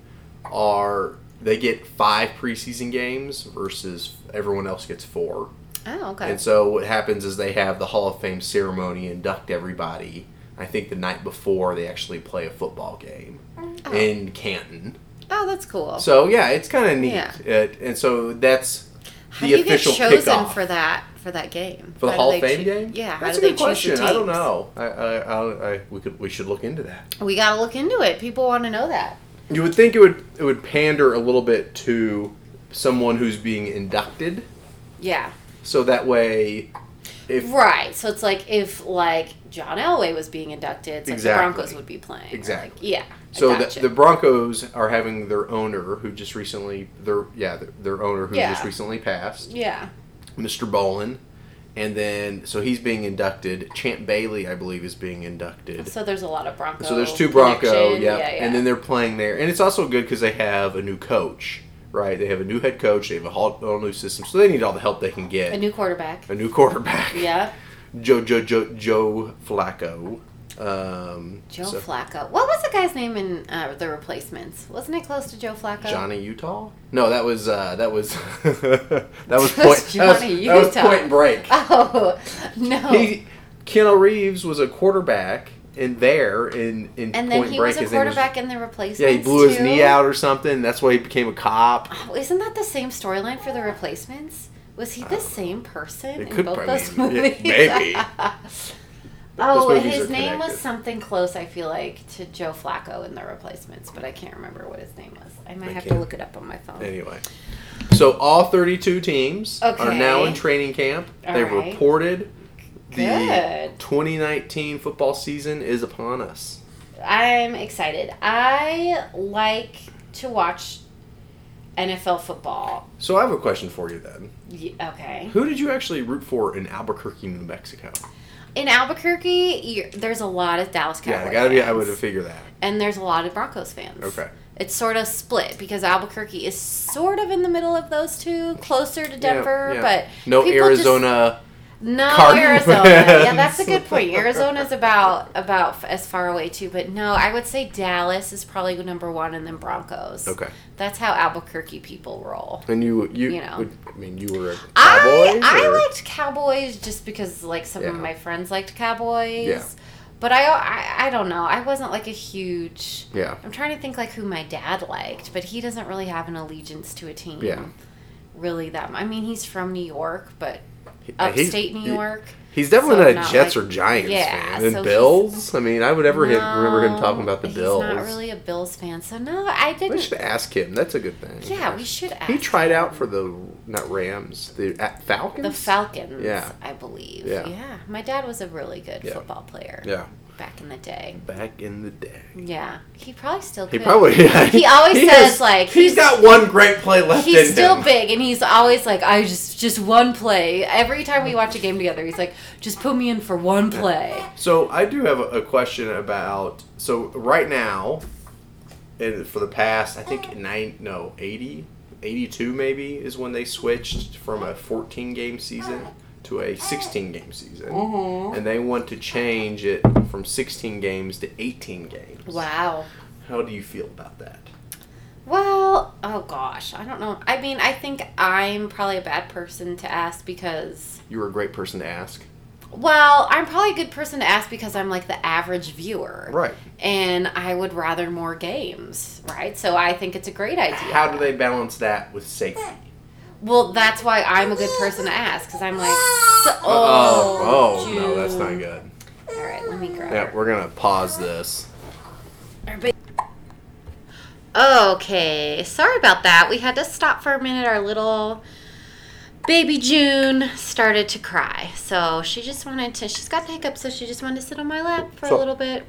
[SPEAKER 1] are they get five preseason games versus everyone else gets four.
[SPEAKER 2] Oh, okay.
[SPEAKER 1] And so what happens is they have the Hall of Fame ceremony, induct everybody. I think the night before they actually play a football game
[SPEAKER 2] Oh.
[SPEAKER 1] in Canton.
[SPEAKER 2] oh, that's cool.
[SPEAKER 1] So yeah, it's kind of neat.
[SPEAKER 2] Yeah.
[SPEAKER 1] It- and so that's
[SPEAKER 2] how
[SPEAKER 1] the
[SPEAKER 2] do you get
[SPEAKER 1] official
[SPEAKER 2] chosen
[SPEAKER 1] kickoff
[SPEAKER 2] for that for that game?
[SPEAKER 1] for the
[SPEAKER 2] How do
[SPEAKER 1] Hall of
[SPEAKER 2] they
[SPEAKER 1] Fame
[SPEAKER 2] choo-
[SPEAKER 1] game.
[SPEAKER 2] Yeah, how
[SPEAKER 1] that's
[SPEAKER 2] do
[SPEAKER 1] a
[SPEAKER 2] they
[SPEAKER 1] good
[SPEAKER 2] choose the
[SPEAKER 1] question. I don't
[SPEAKER 2] teams?
[SPEAKER 1] know. I, I, I, I we could we should look into that.
[SPEAKER 2] We gotta look into it. People want to know that.
[SPEAKER 1] You would think it would it would pander a little bit to someone who's being inducted,
[SPEAKER 2] Yeah.
[SPEAKER 1] so that way, if
[SPEAKER 2] Right. So it's like if like John Elway was being inducted, it's like
[SPEAKER 1] Exactly.
[SPEAKER 2] the Broncos would be playing. Like,
[SPEAKER 1] Exactly.
[SPEAKER 2] yeah. I
[SPEAKER 1] So
[SPEAKER 2] gotcha.
[SPEAKER 1] the, the Broncos are having their owner, who just recently their yeah their, their owner who
[SPEAKER 2] Yeah.
[SPEAKER 1] just recently passed,
[SPEAKER 2] yeah.
[SPEAKER 1] Mr. Bolin, and then so he's being inducted. Chant Bailey, I believe, is being inducted. So,
[SPEAKER 2] So there's a lot of Bronco.
[SPEAKER 1] there's two Bronco,
[SPEAKER 2] connection.
[SPEAKER 1] yep. and then they're playing there, and it's also good because they have a new coach, right? They have a new head coach, they have a whole, whole new system, so they need all the help they can get.
[SPEAKER 2] a new quarterback.
[SPEAKER 1] A new quarterback,
[SPEAKER 2] Yeah.
[SPEAKER 1] Joe Joe Joe Joe Flacco. Um,
[SPEAKER 2] Joe
[SPEAKER 1] so-
[SPEAKER 2] Flacco. What was the guy's name in uh, The Replacements? Wasn't it close to Joe Flacco?
[SPEAKER 1] Johnny Utah? No, that was uh, that was that was
[SPEAKER 2] That's
[SPEAKER 1] point.
[SPEAKER 2] Johnny
[SPEAKER 1] that, was, that was
[SPEAKER 2] Utah.
[SPEAKER 1] Point Break.
[SPEAKER 2] Oh no.
[SPEAKER 1] He, Keanu Reeves was a quarterback in there in in
[SPEAKER 2] and
[SPEAKER 1] Point
[SPEAKER 2] then he
[SPEAKER 1] Break.
[SPEAKER 2] was a
[SPEAKER 1] His name
[SPEAKER 2] quarterback in The Replacements.
[SPEAKER 1] yeah, he blew his
[SPEAKER 2] too?
[SPEAKER 1] knee out or something. That's why he became a cop.
[SPEAKER 2] Oh, isn't that the same storyline for The Replacements? Was he the same person
[SPEAKER 1] Uh, It
[SPEAKER 2] in
[SPEAKER 1] could
[SPEAKER 2] both
[SPEAKER 1] probably
[SPEAKER 2] those
[SPEAKER 1] be. Yeah,
[SPEAKER 2] movies?
[SPEAKER 1] maybe.
[SPEAKER 2] oh,
[SPEAKER 1] Those movies
[SPEAKER 2] his
[SPEAKER 1] are
[SPEAKER 2] name was
[SPEAKER 1] connected.
[SPEAKER 2] something close. I feel like to Joe Flacco in The Replacements, but I can't remember what his name was. I might
[SPEAKER 1] I
[SPEAKER 2] have to
[SPEAKER 1] can't-
[SPEAKER 2] look it up on my phone.
[SPEAKER 1] Anyway, so all thirty-two teams are now
[SPEAKER 2] Okay.
[SPEAKER 1] in training camp.
[SPEAKER 2] All
[SPEAKER 1] They've
[SPEAKER 2] right.
[SPEAKER 1] reported the
[SPEAKER 2] Good.
[SPEAKER 1] 2019 football season is upon us.
[SPEAKER 2] I'm excited. I like to watch NFL football.
[SPEAKER 1] So I have a question for you then.
[SPEAKER 2] Ye- Okay.
[SPEAKER 1] Who did you actually root for in Albuquerque, New Mexico?
[SPEAKER 2] In Albuquerque, you there's a lot of Dallas Cowboys.
[SPEAKER 1] Yeah, gotta be. I
[SPEAKER 2] fans,
[SPEAKER 1] would have figured that.
[SPEAKER 2] And there's a lot of Broncos fans.
[SPEAKER 1] Okay.
[SPEAKER 2] It's sort of split because Albuquerque is sort of in the middle of those two, closer to Denver,
[SPEAKER 1] yeah.
[SPEAKER 2] but
[SPEAKER 1] no
[SPEAKER 2] people just-
[SPEAKER 1] Arizona.
[SPEAKER 2] no
[SPEAKER 1] Cardinals.
[SPEAKER 2] Arizona. Yeah, that's a good point. Arizona's about about f- as far away too, but no, I would say Dallas is probably number one, and then Broncos.
[SPEAKER 1] okay,
[SPEAKER 2] That's how Albuquerque people roll.
[SPEAKER 1] and you you,
[SPEAKER 2] You know.
[SPEAKER 1] would- I mean you were a cowboy.
[SPEAKER 2] I I
[SPEAKER 1] or-
[SPEAKER 2] liked Cowboys just because like some of
[SPEAKER 1] Yeah.
[SPEAKER 2] my friends liked Cowboys.
[SPEAKER 1] Yeah.
[SPEAKER 2] But I, I I don't know. I wasn't like a huge.
[SPEAKER 1] yeah
[SPEAKER 2] I'm trying to think like who my dad liked, but he doesn't really have an allegiance to a team.
[SPEAKER 1] Yeah.
[SPEAKER 2] Really that. mu- I mean, he's from New York, but
[SPEAKER 1] He- he's-
[SPEAKER 2] upstate New
[SPEAKER 1] he-
[SPEAKER 2] York.
[SPEAKER 1] He's definitely
[SPEAKER 2] so
[SPEAKER 1] not
[SPEAKER 2] not
[SPEAKER 1] a Jets
[SPEAKER 2] like-
[SPEAKER 1] or Giants
[SPEAKER 2] yeah,
[SPEAKER 1] fan. And
[SPEAKER 2] so he's-
[SPEAKER 1] Bills. I mean, I would ever hit, remember him
[SPEAKER 2] No,
[SPEAKER 1] talking about the Bills.
[SPEAKER 2] He's not really a Bills fan, so no, I
[SPEAKER 1] we
[SPEAKER 2] didn't.
[SPEAKER 1] should ask him. That's a good thing.
[SPEAKER 2] Yeah, we should ask.
[SPEAKER 1] He tried out for the not Rams, the uh, Falcons.
[SPEAKER 2] the Falcons.
[SPEAKER 1] Yeah.
[SPEAKER 2] I believe.
[SPEAKER 1] Yeah.
[SPEAKER 2] My dad was a really good
[SPEAKER 1] Yeah.
[SPEAKER 2] football player.
[SPEAKER 1] Yeah,
[SPEAKER 2] Back in the day.
[SPEAKER 1] back in the day.
[SPEAKER 2] Yeah, he probably still.
[SPEAKER 1] He
[SPEAKER 2] could.
[SPEAKER 1] probably.
[SPEAKER 2] He always says,
[SPEAKER 1] has-
[SPEAKER 2] like,
[SPEAKER 1] he's
[SPEAKER 2] he's-
[SPEAKER 1] got one great play left. in
[SPEAKER 2] He's still
[SPEAKER 1] him.
[SPEAKER 2] big, and he's always like, "I just just one play." Every time we watch a game together, he's like, "Just put me in for one play."
[SPEAKER 1] So I do have a, a question about so right now, and for the past I think nine no 80, 82 maybe is when they switched from a fourteen game season to a sixteen game season,
[SPEAKER 2] Mm-hmm.
[SPEAKER 1] and they want to change it from sixteen games to eighteen games.
[SPEAKER 2] Wow.
[SPEAKER 1] How do you feel about that?
[SPEAKER 2] Well, oh gosh, I don't know. I mean, I think I'm probably a bad person to ask because,
[SPEAKER 1] You were a great person to ask.
[SPEAKER 2] well, I'm probably a good person to ask because I'm like the average viewer,
[SPEAKER 1] Right.
[SPEAKER 2] and I would rather more games, right? So I think it's a great idea.
[SPEAKER 1] How do they balance that with safety?
[SPEAKER 2] Well, that's why I'm a good person to ask because I'm like, so,
[SPEAKER 1] oh,
[SPEAKER 2] oh,
[SPEAKER 1] oh no, that's not
[SPEAKER 2] Jude.
[SPEAKER 1] good.
[SPEAKER 2] All right, let me grab.
[SPEAKER 1] Yeah, we're gonna pause this.
[SPEAKER 2] Okay, sorry about that. We had to stop for a minute. Our little baby June started to cry, so she just wanted to. She's got the hiccups, so she just wanted to sit on my lap for
[SPEAKER 1] So-
[SPEAKER 2] a little bit.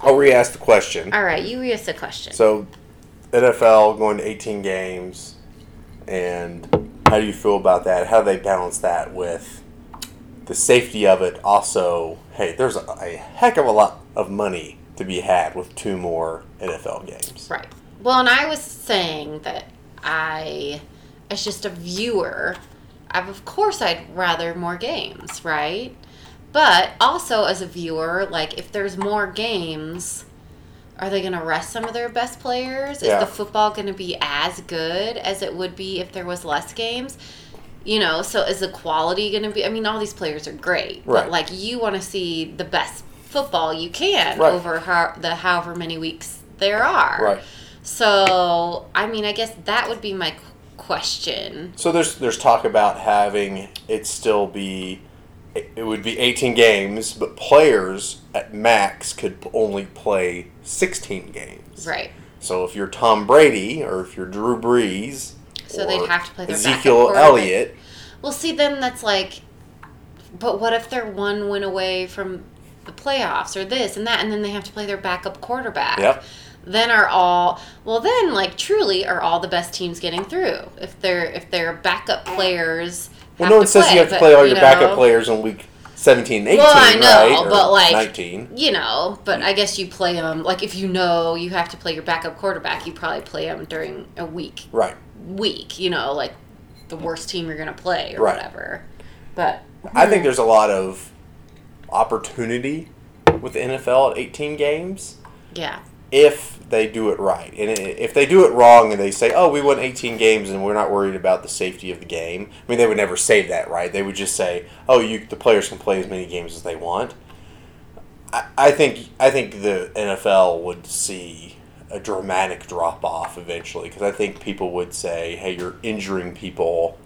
[SPEAKER 1] I'll re-ask the question.
[SPEAKER 2] All right, you ask the question.
[SPEAKER 1] So, NFL going to 18 games, and how do you feel about that? How do they balance that with the safety of it? Also, hey, there's a, a heck of a lot of money to be had with two more NFL games.
[SPEAKER 2] Right. Well, and I was saying that I, as just a viewer, I've, of course I'd rather more games, right? But also as a viewer, like if there's more games, are they going to rest some of their best players? Is
[SPEAKER 1] Yeah.
[SPEAKER 2] the football going to be as good as it would be if there was less games? You know, so is the quality going to be? I mean, all these players are great,
[SPEAKER 1] Right.
[SPEAKER 2] but like you want to see the best football you can
[SPEAKER 1] Right.
[SPEAKER 2] over how, the however many weeks there are.
[SPEAKER 1] Right.
[SPEAKER 2] So, I mean, I guess that would be my qu- question.
[SPEAKER 1] So there's there's talk about having it still be it it would be 18 games, but players at max could p- only play 16 games.
[SPEAKER 2] Right.
[SPEAKER 1] So if you're Tom Brady or if you're Drew Brees,
[SPEAKER 2] So they'd
[SPEAKER 1] or
[SPEAKER 2] have to play their backup
[SPEAKER 1] Ezekiel
[SPEAKER 2] quarterback.
[SPEAKER 1] Elliott.
[SPEAKER 2] Well, see, then that's like, but what if they're one win away from the playoffs or this and that, and then they have to play their backup quarterback?
[SPEAKER 1] Yep.
[SPEAKER 2] Then are all well? Then like truly are all the best teams getting through if they're if their backup players.
[SPEAKER 1] Well,
[SPEAKER 2] have
[SPEAKER 1] no one
[SPEAKER 2] to
[SPEAKER 1] says you have to
[SPEAKER 2] but,
[SPEAKER 1] play all your
[SPEAKER 2] know,
[SPEAKER 1] backup players in week 17 and 18,
[SPEAKER 2] Well, I know,
[SPEAKER 1] right? Or
[SPEAKER 2] but, like,
[SPEAKER 1] 19.
[SPEAKER 2] You know, but I guess you play them like if you know you have to play your backup quarterback, you probably play them during a week
[SPEAKER 1] Right.
[SPEAKER 2] week, you know, like the worst team you're going to play or
[SPEAKER 1] Right.
[SPEAKER 2] whatever. But
[SPEAKER 1] I think there's a lot of opportunity with the NFL at 18 games.
[SPEAKER 2] yeah.
[SPEAKER 1] if they do it right. And i- if they do it wrong and they say, oh, we won 18 games and we're not worried about the safety of the game, I mean, they would never say that, right? They would just say, oh, you, the players can play as many games as they want. I, I think I think the NFL would see a dramatic drop off eventually because I think people would say, hey, you're injuring people.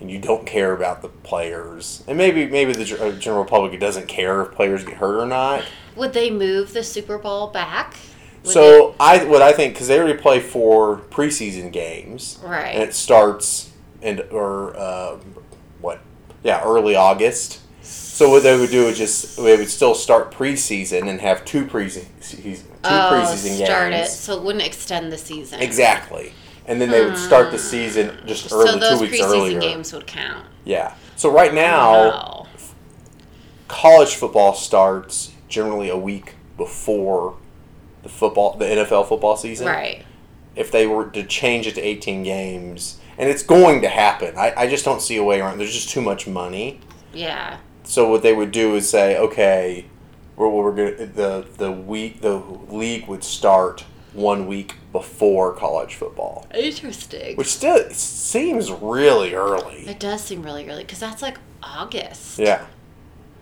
[SPEAKER 1] And you don't care about the players, and maybe maybe the ge- uh, general public doesn't care if players get hurt or not.
[SPEAKER 2] Would they move the Super Bowl back? Would
[SPEAKER 1] So I what I think because they already play four preseason games,
[SPEAKER 2] they- right.
[SPEAKER 1] and it starts and or uh, what? Yeah, early August. So what they would do is just they would still start preseason and have two preseason two preseason
[SPEAKER 2] Oh, start it
[SPEAKER 1] games
[SPEAKER 2] so it wouldn't extend the season.
[SPEAKER 1] exactly, and then they would start the season just
[SPEAKER 2] Hmm. So
[SPEAKER 1] early
[SPEAKER 2] those
[SPEAKER 1] two weeks
[SPEAKER 2] preseason
[SPEAKER 1] earlier.
[SPEAKER 2] games would count. Oh,
[SPEAKER 1] Yeah. So right now,
[SPEAKER 2] Wow.
[SPEAKER 1] college football starts generally a week before the football the NFL football season.
[SPEAKER 2] right?
[SPEAKER 1] if they were to change it to 18 games and it's going to happen i, I just don't see a way around there's just too much money
[SPEAKER 2] Yeah.
[SPEAKER 1] so what they would do is say okay we're, we're gonna the the week the league would start one week before college football
[SPEAKER 2] Interesting.
[SPEAKER 1] which still seems really early
[SPEAKER 2] it does seem really early because that's like August.
[SPEAKER 1] yeah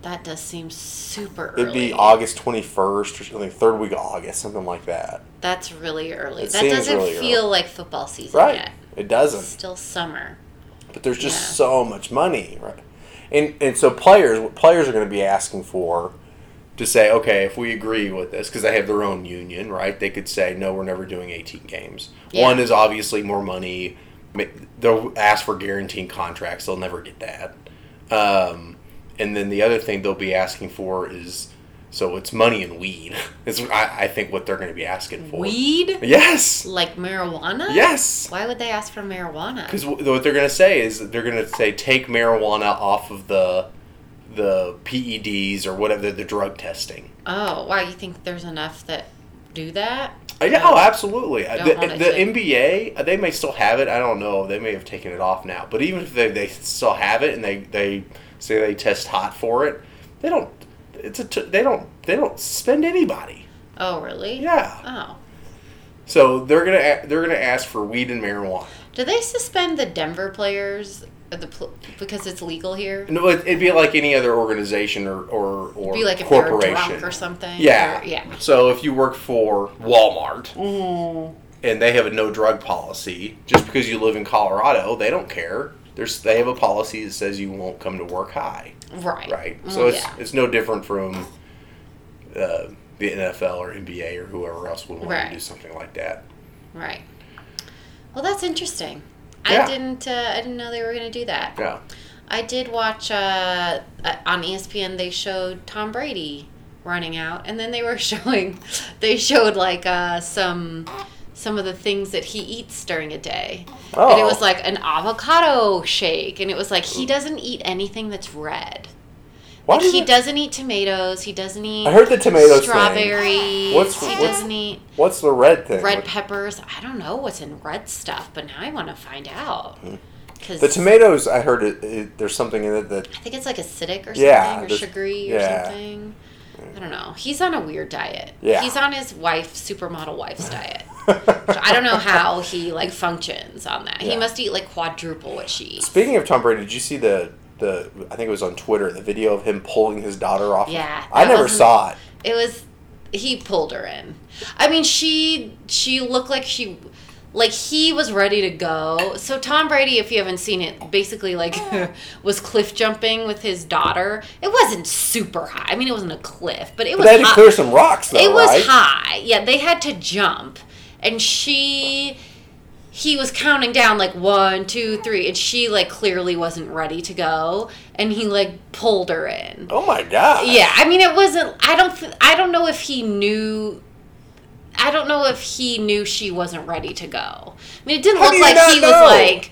[SPEAKER 2] That does seem super early.
[SPEAKER 1] it'd be august 21st or something third week of august something like that
[SPEAKER 2] That's really early.
[SPEAKER 1] It
[SPEAKER 2] that
[SPEAKER 1] seems
[SPEAKER 2] doesn't
[SPEAKER 1] really
[SPEAKER 2] feel like football season
[SPEAKER 1] right
[SPEAKER 2] yet.
[SPEAKER 1] it
[SPEAKER 2] It's
[SPEAKER 1] doesn't
[SPEAKER 2] still summer.
[SPEAKER 1] but there's just
[SPEAKER 2] Yeah.
[SPEAKER 1] so much money, right? And and so players, what players are going to be asking for, to say, okay, if we agree with this, because they have their own union, right? They could say, no, we're never doing 18 games.
[SPEAKER 2] Yeah.
[SPEAKER 1] One is obviously more money. Ma- They'll ask for guaranteed contracts. They'll never get that. Um, and then the other thing they'll be asking for is, so it's money and weed. Is I, I think what they're going to be asking for.
[SPEAKER 2] Weed?
[SPEAKER 1] Yes.
[SPEAKER 2] Like marijuana?
[SPEAKER 1] Yes.
[SPEAKER 2] Why would they ask for marijuana?
[SPEAKER 1] Because what they're going to say is they're going to say take marijuana off of the the PEDs or whatever the drug testing.
[SPEAKER 2] Oh, wow. You think there's enough that do that?
[SPEAKER 1] Uh, Yeah, oh, absolutely. Uh,
[SPEAKER 2] Don't
[SPEAKER 1] The,
[SPEAKER 2] want it
[SPEAKER 1] the
[SPEAKER 2] to-
[SPEAKER 1] NBA, uh, they may still have it. I don't know. They may have taken it off now. But even if they, they still have it and they, they say they test hot for it, they don't. It's a t- they don't they don't spend anybody.
[SPEAKER 2] Oh, really?
[SPEAKER 1] Yeah.
[SPEAKER 2] Oh.
[SPEAKER 1] So they're gonna a- they're gonna ask for weed and marijuana.
[SPEAKER 2] Do they suspend the Denver players or the pl- because it's legal here?
[SPEAKER 1] No, it- it'd be like any other organization or or, or
[SPEAKER 2] Be like if they're
[SPEAKER 1] corporation
[SPEAKER 2] drunk or something?
[SPEAKER 1] Yeah.
[SPEAKER 2] Or- yeah.
[SPEAKER 1] So if you work for Walmart and they have a no drug policy, just because you live in Colorado, they don't care. There's they have a policy that says you won't come to work high,
[SPEAKER 2] Right.
[SPEAKER 1] right?
[SPEAKER 2] Mm,
[SPEAKER 1] So it's
[SPEAKER 2] yeah.
[SPEAKER 1] it's no different from uh, the NFL or NBA or whoever else would want
[SPEAKER 2] Right.
[SPEAKER 1] to do something like that.
[SPEAKER 2] Right. Well, that's interesting.
[SPEAKER 1] Yeah.
[SPEAKER 2] I didn't. Uh, I didn't know they were going to do that.
[SPEAKER 1] Yeah.
[SPEAKER 2] I did watch uh, uh, on ESPN. They showed Tom Brady running out, and then they were showing. They showed like uh, some some of the things that he eats during a day, and
[SPEAKER 1] Oh.
[SPEAKER 2] it was like an avocado shake, and it was like he doesn't eat anything that's red. Like,
[SPEAKER 1] does
[SPEAKER 2] he
[SPEAKER 1] it-
[SPEAKER 2] doesn't eat tomatoes. He doesn't eat
[SPEAKER 1] I heard the tomatoes thing.
[SPEAKER 2] strawberries.
[SPEAKER 1] What's-
[SPEAKER 2] he
[SPEAKER 1] what's-
[SPEAKER 2] doesn't eat
[SPEAKER 1] What's the red thing?
[SPEAKER 2] red peppers. I don't know what's in red stuff, but now I want to find out.
[SPEAKER 1] Hmm.
[SPEAKER 2] Cause
[SPEAKER 1] the tomatoes. I heard it, it, there's something in it that
[SPEAKER 2] I think it's like acidic or something,
[SPEAKER 1] Yeah,
[SPEAKER 2] or
[SPEAKER 1] there's-
[SPEAKER 2] sugary
[SPEAKER 1] yeah.
[SPEAKER 2] or something. I don't know. He's on a weird diet.
[SPEAKER 1] Yeah.
[SPEAKER 2] He's on his wife, supermodel wife's diet. So I don't know how he like functions on that.
[SPEAKER 1] Yeah.
[SPEAKER 2] He must eat like quadruple what she eats.
[SPEAKER 1] Speaking of Tom Brady, did you see the the? I think it was on Twitter. The video of him pulling his daughter off.
[SPEAKER 2] Yeah,
[SPEAKER 1] I
[SPEAKER 2] that
[SPEAKER 1] never
[SPEAKER 2] wasn't-
[SPEAKER 1] saw it.
[SPEAKER 2] It was he pulled her in. I mean, she she looked like she like he was ready to go. So Tom Brady, if you haven't seen it, basically like was cliff jumping with his daughter. It wasn't super high. I mean, it wasn't a cliff, but it
[SPEAKER 1] But
[SPEAKER 2] was
[SPEAKER 1] they had to
[SPEAKER 2] high.
[SPEAKER 1] clear some rocks though,
[SPEAKER 2] it was
[SPEAKER 1] right?
[SPEAKER 2] high. Yeah, they had to jump, and she he was counting down like one, two, three, and she like clearly wasn't ready to go, and he like pulled her in.
[SPEAKER 1] Oh my god.
[SPEAKER 2] Yeah, I mean, it wasn't. I don't. th- I don't know if he knew. I don't know if he knew she wasn't ready to go. I mean, it didn't
[SPEAKER 1] How do
[SPEAKER 2] look
[SPEAKER 1] you
[SPEAKER 2] like
[SPEAKER 1] not
[SPEAKER 2] he
[SPEAKER 1] know?
[SPEAKER 2] was like.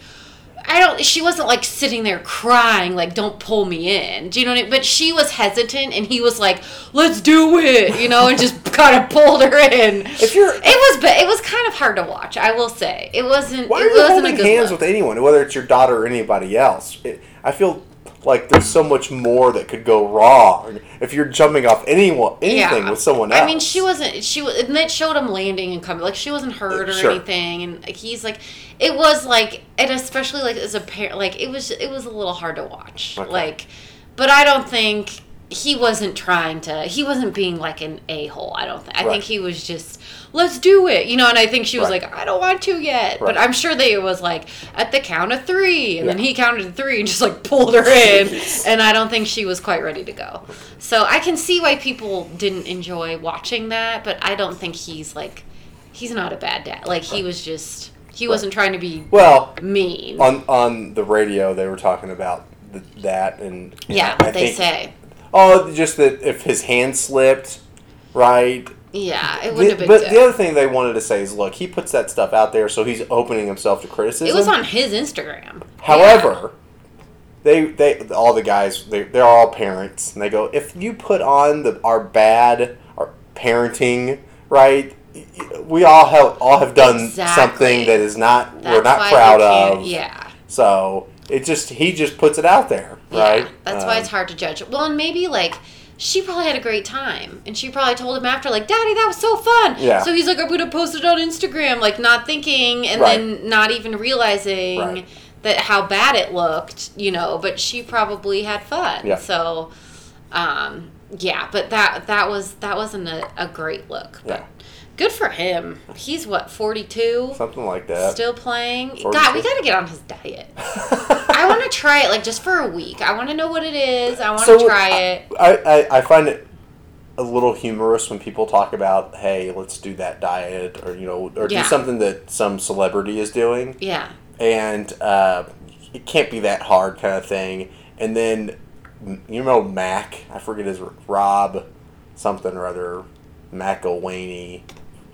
[SPEAKER 2] I don't. She wasn't like sitting there crying, like "Don't pull me in." Do you know what I mean? But she was hesitant, and he was like, "Let's do it," you know, and just kind of pulled her in.
[SPEAKER 1] If you're-
[SPEAKER 2] it was, ba- it was kind of hard to watch. I will say, it wasn't.
[SPEAKER 1] Why are
[SPEAKER 2] it
[SPEAKER 1] you
[SPEAKER 2] wasn't a
[SPEAKER 1] holding
[SPEAKER 2] good
[SPEAKER 1] hands
[SPEAKER 2] look.
[SPEAKER 1] with anyone, whether it's your daughter or anybody else? It, I feel like there's so much more that could go wrong if you're jumping off anyone, anything with someone else.
[SPEAKER 2] I mean, she wasn't. She was, and it showed him landing and coming. Like she wasn't hurt or
[SPEAKER 1] Sure.
[SPEAKER 2] anything. And like, he's like, it was like, and especially like as a parent, like it was, it was a little hard to watch.
[SPEAKER 1] Okay.
[SPEAKER 2] Like, but I don't think he wasn't trying to. He wasn't being like an a hole. I don't. think. I
[SPEAKER 1] Right.
[SPEAKER 2] think he was just, let's do it, you know. And I think she was
[SPEAKER 1] Right.
[SPEAKER 2] like, I don't want to yet.
[SPEAKER 1] Right.
[SPEAKER 2] But I'm sure that it was like at the count of three, and then
[SPEAKER 1] Yeah.
[SPEAKER 2] he counted to three and just like pulled her in and I don't think she was quite ready to go. So I can see why people didn't enjoy watching that, but I don't think he's like he's not a bad dad. Like he was just he wasn't trying to be
[SPEAKER 1] Well, uh,
[SPEAKER 2] mean.
[SPEAKER 1] on on the radio, they were talking about th- that, and you
[SPEAKER 2] yeah,
[SPEAKER 1] know, I
[SPEAKER 2] what they
[SPEAKER 1] think-
[SPEAKER 2] say.
[SPEAKER 1] Oh, just that if his hand slipped, right?
[SPEAKER 2] Yeah, it
[SPEAKER 1] The-
[SPEAKER 2] wouldn't have
[SPEAKER 1] but the
[SPEAKER 2] been good.
[SPEAKER 1] other thing they wanted to say is, look, he puts that stuff out there, so he's opening himself to criticism.
[SPEAKER 2] It was on his Instagram.
[SPEAKER 1] However, they they all the guys they they're all parents, and they go if you put on the our bad our parenting right. y- y- We all have all have done
[SPEAKER 2] Exactly.
[SPEAKER 1] something that is not
[SPEAKER 2] Yeah,
[SPEAKER 1] we're
[SPEAKER 2] that's
[SPEAKER 1] not
[SPEAKER 2] why
[SPEAKER 1] proud
[SPEAKER 2] you can't-
[SPEAKER 1] of.
[SPEAKER 2] Yeah.
[SPEAKER 1] So it just he just puts it out there, right?
[SPEAKER 2] Yeah, that's
[SPEAKER 1] Um,
[SPEAKER 2] why it's hard to judge. Well, and maybe like she probably had a great time, and she probably told him after, like, "Daddy, that was so fun."
[SPEAKER 1] Yeah.
[SPEAKER 2] So he's like, "I'm gonna post it on Instagram," like not thinking, and
[SPEAKER 1] Right.
[SPEAKER 2] then not even realizing
[SPEAKER 1] Right.
[SPEAKER 2] that how bad it looked, you know. But she probably had fun.
[SPEAKER 1] Yeah.
[SPEAKER 2] So, um, yeah, but that that was that wasn't a, a great look. But
[SPEAKER 1] yeah,
[SPEAKER 2] Good for him. He's what forty two.
[SPEAKER 1] something like that.
[SPEAKER 2] Still playing.
[SPEAKER 1] 42.
[SPEAKER 2] God, we gotta get on his diet. I want to try it, like just for a week. I want to know what it is. I want to try
[SPEAKER 1] uh,
[SPEAKER 2] it.
[SPEAKER 1] I, I, I find it a little humorous when people talk about, hey, let's do that diet or, you know, or
[SPEAKER 2] Yeah.
[SPEAKER 1] do something that some celebrity is doing.
[SPEAKER 2] Yeah,
[SPEAKER 1] And uh, it can't be that hard kind of thing. And then, m- you know, Mac, I forget his Rob something or other, McElwaney.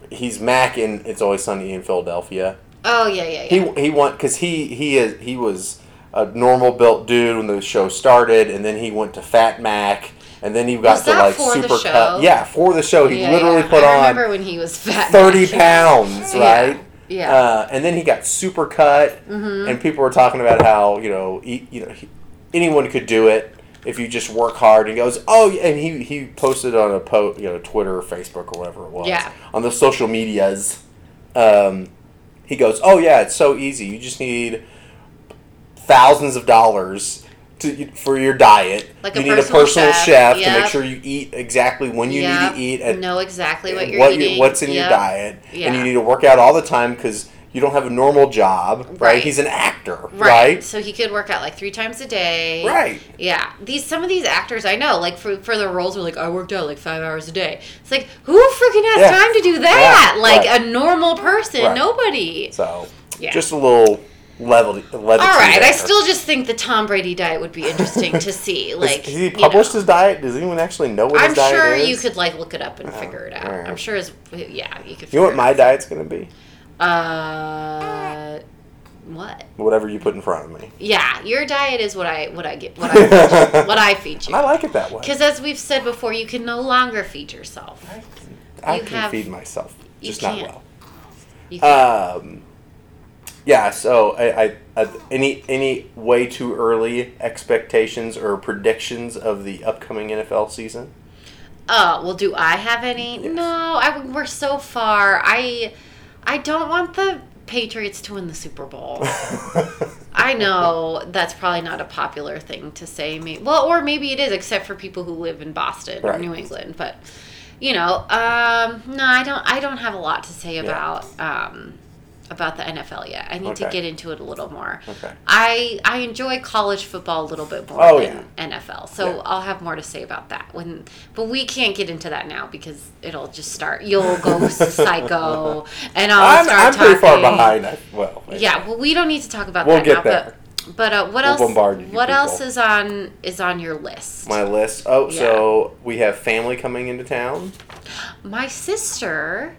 [SPEAKER 1] He's Mac in It's Always Sunny in Philadelphia.
[SPEAKER 2] Oh yeah, yeah, yeah.
[SPEAKER 1] He he went because he he is he was a normal built dude when the show started, and then he went to Fat Mac, and then he got
[SPEAKER 2] Was
[SPEAKER 1] to
[SPEAKER 2] that
[SPEAKER 1] like
[SPEAKER 2] for the
[SPEAKER 1] super
[SPEAKER 2] show?
[SPEAKER 1] cut. Yeah, for the show, he
[SPEAKER 2] Yeah,
[SPEAKER 1] literally
[SPEAKER 2] yeah.
[SPEAKER 1] put
[SPEAKER 2] I
[SPEAKER 1] on
[SPEAKER 2] remember when he was fat.
[SPEAKER 1] thirty pounds,
[SPEAKER 2] Yeah,
[SPEAKER 1] right?
[SPEAKER 2] yeah. Mm-hmm.
[SPEAKER 1] Uh, and then he got super cut, and people were talking about how you know he, you know he, anyone could do it if you just work hard. And he goes, oh, yeah," and he he posted on a po you know Twitter or Facebook or whatever it was,
[SPEAKER 2] Yeah.
[SPEAKER 1] on the social medias. Um, he goes, oh yeah, it's so easy. You just need thousands of dollars. To, for your diet,
[SPEAKER 2] Like
[SPEAKER 1] you
[SPEAKER 2] a
[SPEAKER 1] need
[SPEAKER 2] personal
[SPEAKER 1] a personal chef,
[SPEAKER 2] chef,
[SPEAKER 1] to make
[SPEAKER 2] yep.
[SPEAKER 1] sure you eat exactly when you
[SPEAKER 2] Yep.
[SPEAKER 1] need to eat at
[SPEAKER 2] know exactly what you're
[SPEAKER 1] what you-
[SPEAKER 2] eating.
[SPEAKER 1] what's in your
[SPEAKER 2] Yep.
[SPEAKER 1] diet, and you
[SPEAKER 2] Yeah.
[SPEAKER 1] need to work out all the time because you don't have a normal job, right?
[SPEAKER 2] Right.
[SPEAKER 1] He's an actor,
[SPEAKER 2] Right.
[SPEAKER 1] right?
[SPEAKER 2] So he could work out like three times a day.
[SPEAKER 1] Right.
[SPEAKER 2] Yeah. These some of these actors I know, like for for the roles, are like I worked out like five hours a day. It's like who freaking has
[SPEAKER 1] Yeah.
[SPEAKER 2] time to do that?
[SPEAKER 1] Yeah,
[SPEAKER 2] Like
[SPEAKER 1] right.
[SPEAKER 2] a normal person,
[SPEAKER 1] Right.
[SPEAKER 2] nobody.
[SPEAKER 1] So,
[SPEAKER 2] Yeah.
[SPEAKER 1] just a little level. All
[SPEAKER 2] All right. I still just think the Tom Brady diet would be interesting to see. Like
[SPEAKER 1] Has he
[SPEAKER 2] you know.
[SPEAKER 1] published his diet? Does anyone actually know what
[SPEAKER 2] I'm
[SPEAKER 1] his diet Oh,
[SPEAKER 2] sure
[SPEAKER 1] is?
[SPEAKER 2] you could like look it up and figure it out.
[SPEAKER 1] all right.
[SPEAKER 2] I'm sure it's yeah, you could.
[SPEAKER 1] You know what
[SPEAKER 2] figure
[SPEAKER 1] my diet's gonna be?
[SPEAKER 2] it out. Uh, What?
[SPEAKER 1] Whatever you put in front of me.
[SPEAKER 2] Yeah, your diet is what I what I get what I feed you, what I feed
[SPEAKER 1] And I
[SPEAKER 2] you.
[SPEAKER 1] like it that way.
[SPEAKER 2] Because as we've said before, you can no longer feed yourself.
[SPEAKER 1] I, I
[SPEAKER 2] You
[SPEAKER 1] can
[SPEAKER 2] have-
[SPEAKER 1] feed myself,
[SPEAKER 2] you
[SPEAKER 1] just not
[SPEAKER 2] can't.
[SPEAKER 1] well.
[SPEAKER 2] You can,
[SPEAKER 1] Um, yeah. So I, I, I any any way too early expectations or predictions of the upcoming NFL season.
[SPEAKER 2] oh well, do I have any?
[SPEAKER 1] Uh, Yes.
[SPEAKER 2] No, I we're so far. I I don't want the Patriots to win the Super Bowl. I know that's probably not a popular thing to say. Maybe, well, or maybe it is, except for people who live in Boston or
[SPEAKER 1] Right.
[SPEAKER 2] New England. But you know, um, no, I don't. I don't have a lot to say about um, about the NFL yet. I need to
[SPEAKER 1] Okay.
[SPEAKER 2] get into it a little more.
[SPEAKER 1] Okay.
[SPEAKER 2] I I enjoy college football a little bit more
[SPEAKER 1] Oh,
[SPEAKER 2] than NFL, so
[SPEAKER 1] Yeah.
[SPEAKER 2] I'll have more to say about that when. But we can't get into that now because it'll just start. You'll go psycho, and I'll
[SPEAKER 1] I'm,
[SPEAKER 2] start
[SPEAKER 1] I'm pretty far
[SPEAKER 2] talking.
[SPEAKER 1] behind. I, well,
[SPEAKER 2] Yeah, well, we don't need to talk about
[SPEAKER 1] We'll
[SPEAKER 2] that
[SPEAKER 1] get
[SPEAKER 2] now.
[SPEAKER 1] there.
[SPEAKER 2] But but uh,
[SPEAKER 1] We'll
[SPEAKER 2] what else?
[SPEAKER 1] bombard you
[SPEAKER 2] what
[SPEAKER 1] people.
[SPEAKER 2] else is on is on your list? My,
[SPEAKER 1] My list. Oh, so we have family coming into town.
[SPEAKER 2] sister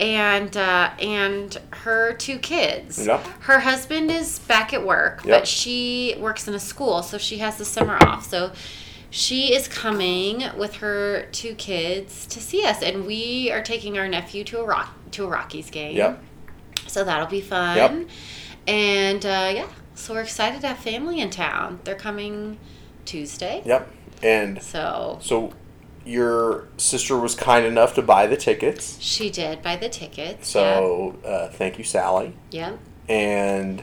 [SPEAKER 2] and uh, and her two kids.
[SPEAKER 1] Yep.
[SPEAKER 2] Her husband is back at work,
[SPEAKER 1] Yep.
[SPEAKER 2] but she works in a school, so she has the summer off. So she is coming with her two kids to see us, and we are taking our nephew to a rock to a Rockies game.
[SPEAKER 1] Yep.
[SPEAKER 2] So that'll be fun.
[SPEAKER 1] Yep.
[SPEAKER 2] And uh, yeah, so we're excited to have family in town. They're coming Tuesday.
[SPEAKER 1] Yep. And
[SPEAKER 2] So
[SPEAKER 1] so your sister was kind enough to buy the tickets.
[SPEAKER 2] she did buy the tickets.
[SPEAKER 1] So uh, thank you, Sally.
[SPEAKER 2] Yep. yep.
[SPEAKER 1] And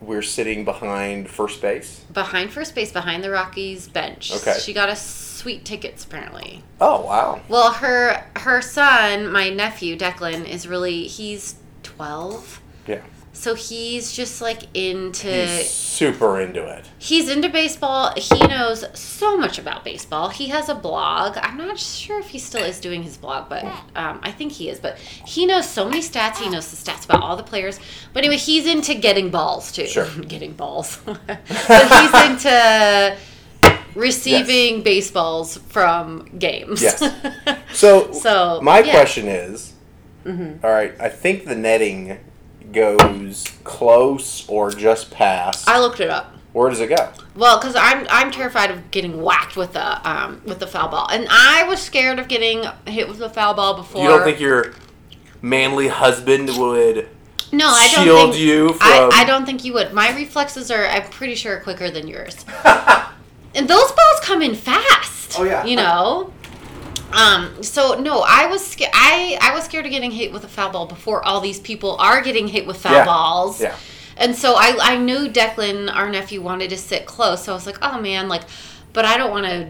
[SPEAKER 1] we're sitting behind first base.
[SPEAKER 2] Behind first base, behind the Rockies bench.
[SPEAKER 1] Okay.
[SPEAKER 2] She got us sweet tickets apparently.
[SPEAKER 1] Oh wow.
[SPEAKER 2] Well, her her son, my nephew Declan, is really he's twelve.
[SPEAKER 1] Yeah.
[SPEAKER 2] So he's just like into
[SPEAKER 1] He's super into it.
[SPEAKER 2] He's into baseball. He knows so much about baseball. He has a blog. I'm not sure if he still is doing his blog, but um, I think he is. But he knows so many stats. He knows the stats about all the players. But anyway, he's into getting balls too.
[SPEAKER 1] Sure.
[SPEAKER 2] getting balls. but he's into receiving baseballs from games.
[SPEAKER 1] Yes. So,
[SPEAKER 2] So,
[SPEAKER 1] my
[SPEAKER 2] yeah. Mm-hmm.
[SPEAKER 1] question is, all right. I think the netting goes close or just past.
[SPEAKER 2] I looked it up.
[SPEAKER 1] Where does it go?
[SPEAKER 2] Well, because I'm I'm terrified of getting whacked with a um, with a foul ball, and I was scared of getting hit with a foul ball before.
[SPEAKER 1] you don't think your manly husband would?
[SPEAKER 2] No, I don't
[SPEAKER 1] shield
[SPEAKER 2] think
[SPEAKER 1] you
[SPEAKER 2] I,
[SPEAKER 1] from-
[SPEAKER 2] I don't think you would. My reflexes are, I'm pretty sure, quicker than yours. and those balls come in fast.
[SPEAKER 1] Oh, yeah.
[SPEAKER 2] You know. Um. So no, I was scared. I I was scared of getting hit with a foul ball before all these people are getting hit with foul
[SPEAKER 1] Yeah.
[SPEAKER 2] balls.
[SPEAKER 1] Yeah.
[SPEAKER 2] And so I I knew Declan, our nephew, wanted to sit close. So I was like, oh man, like, but I don't want to.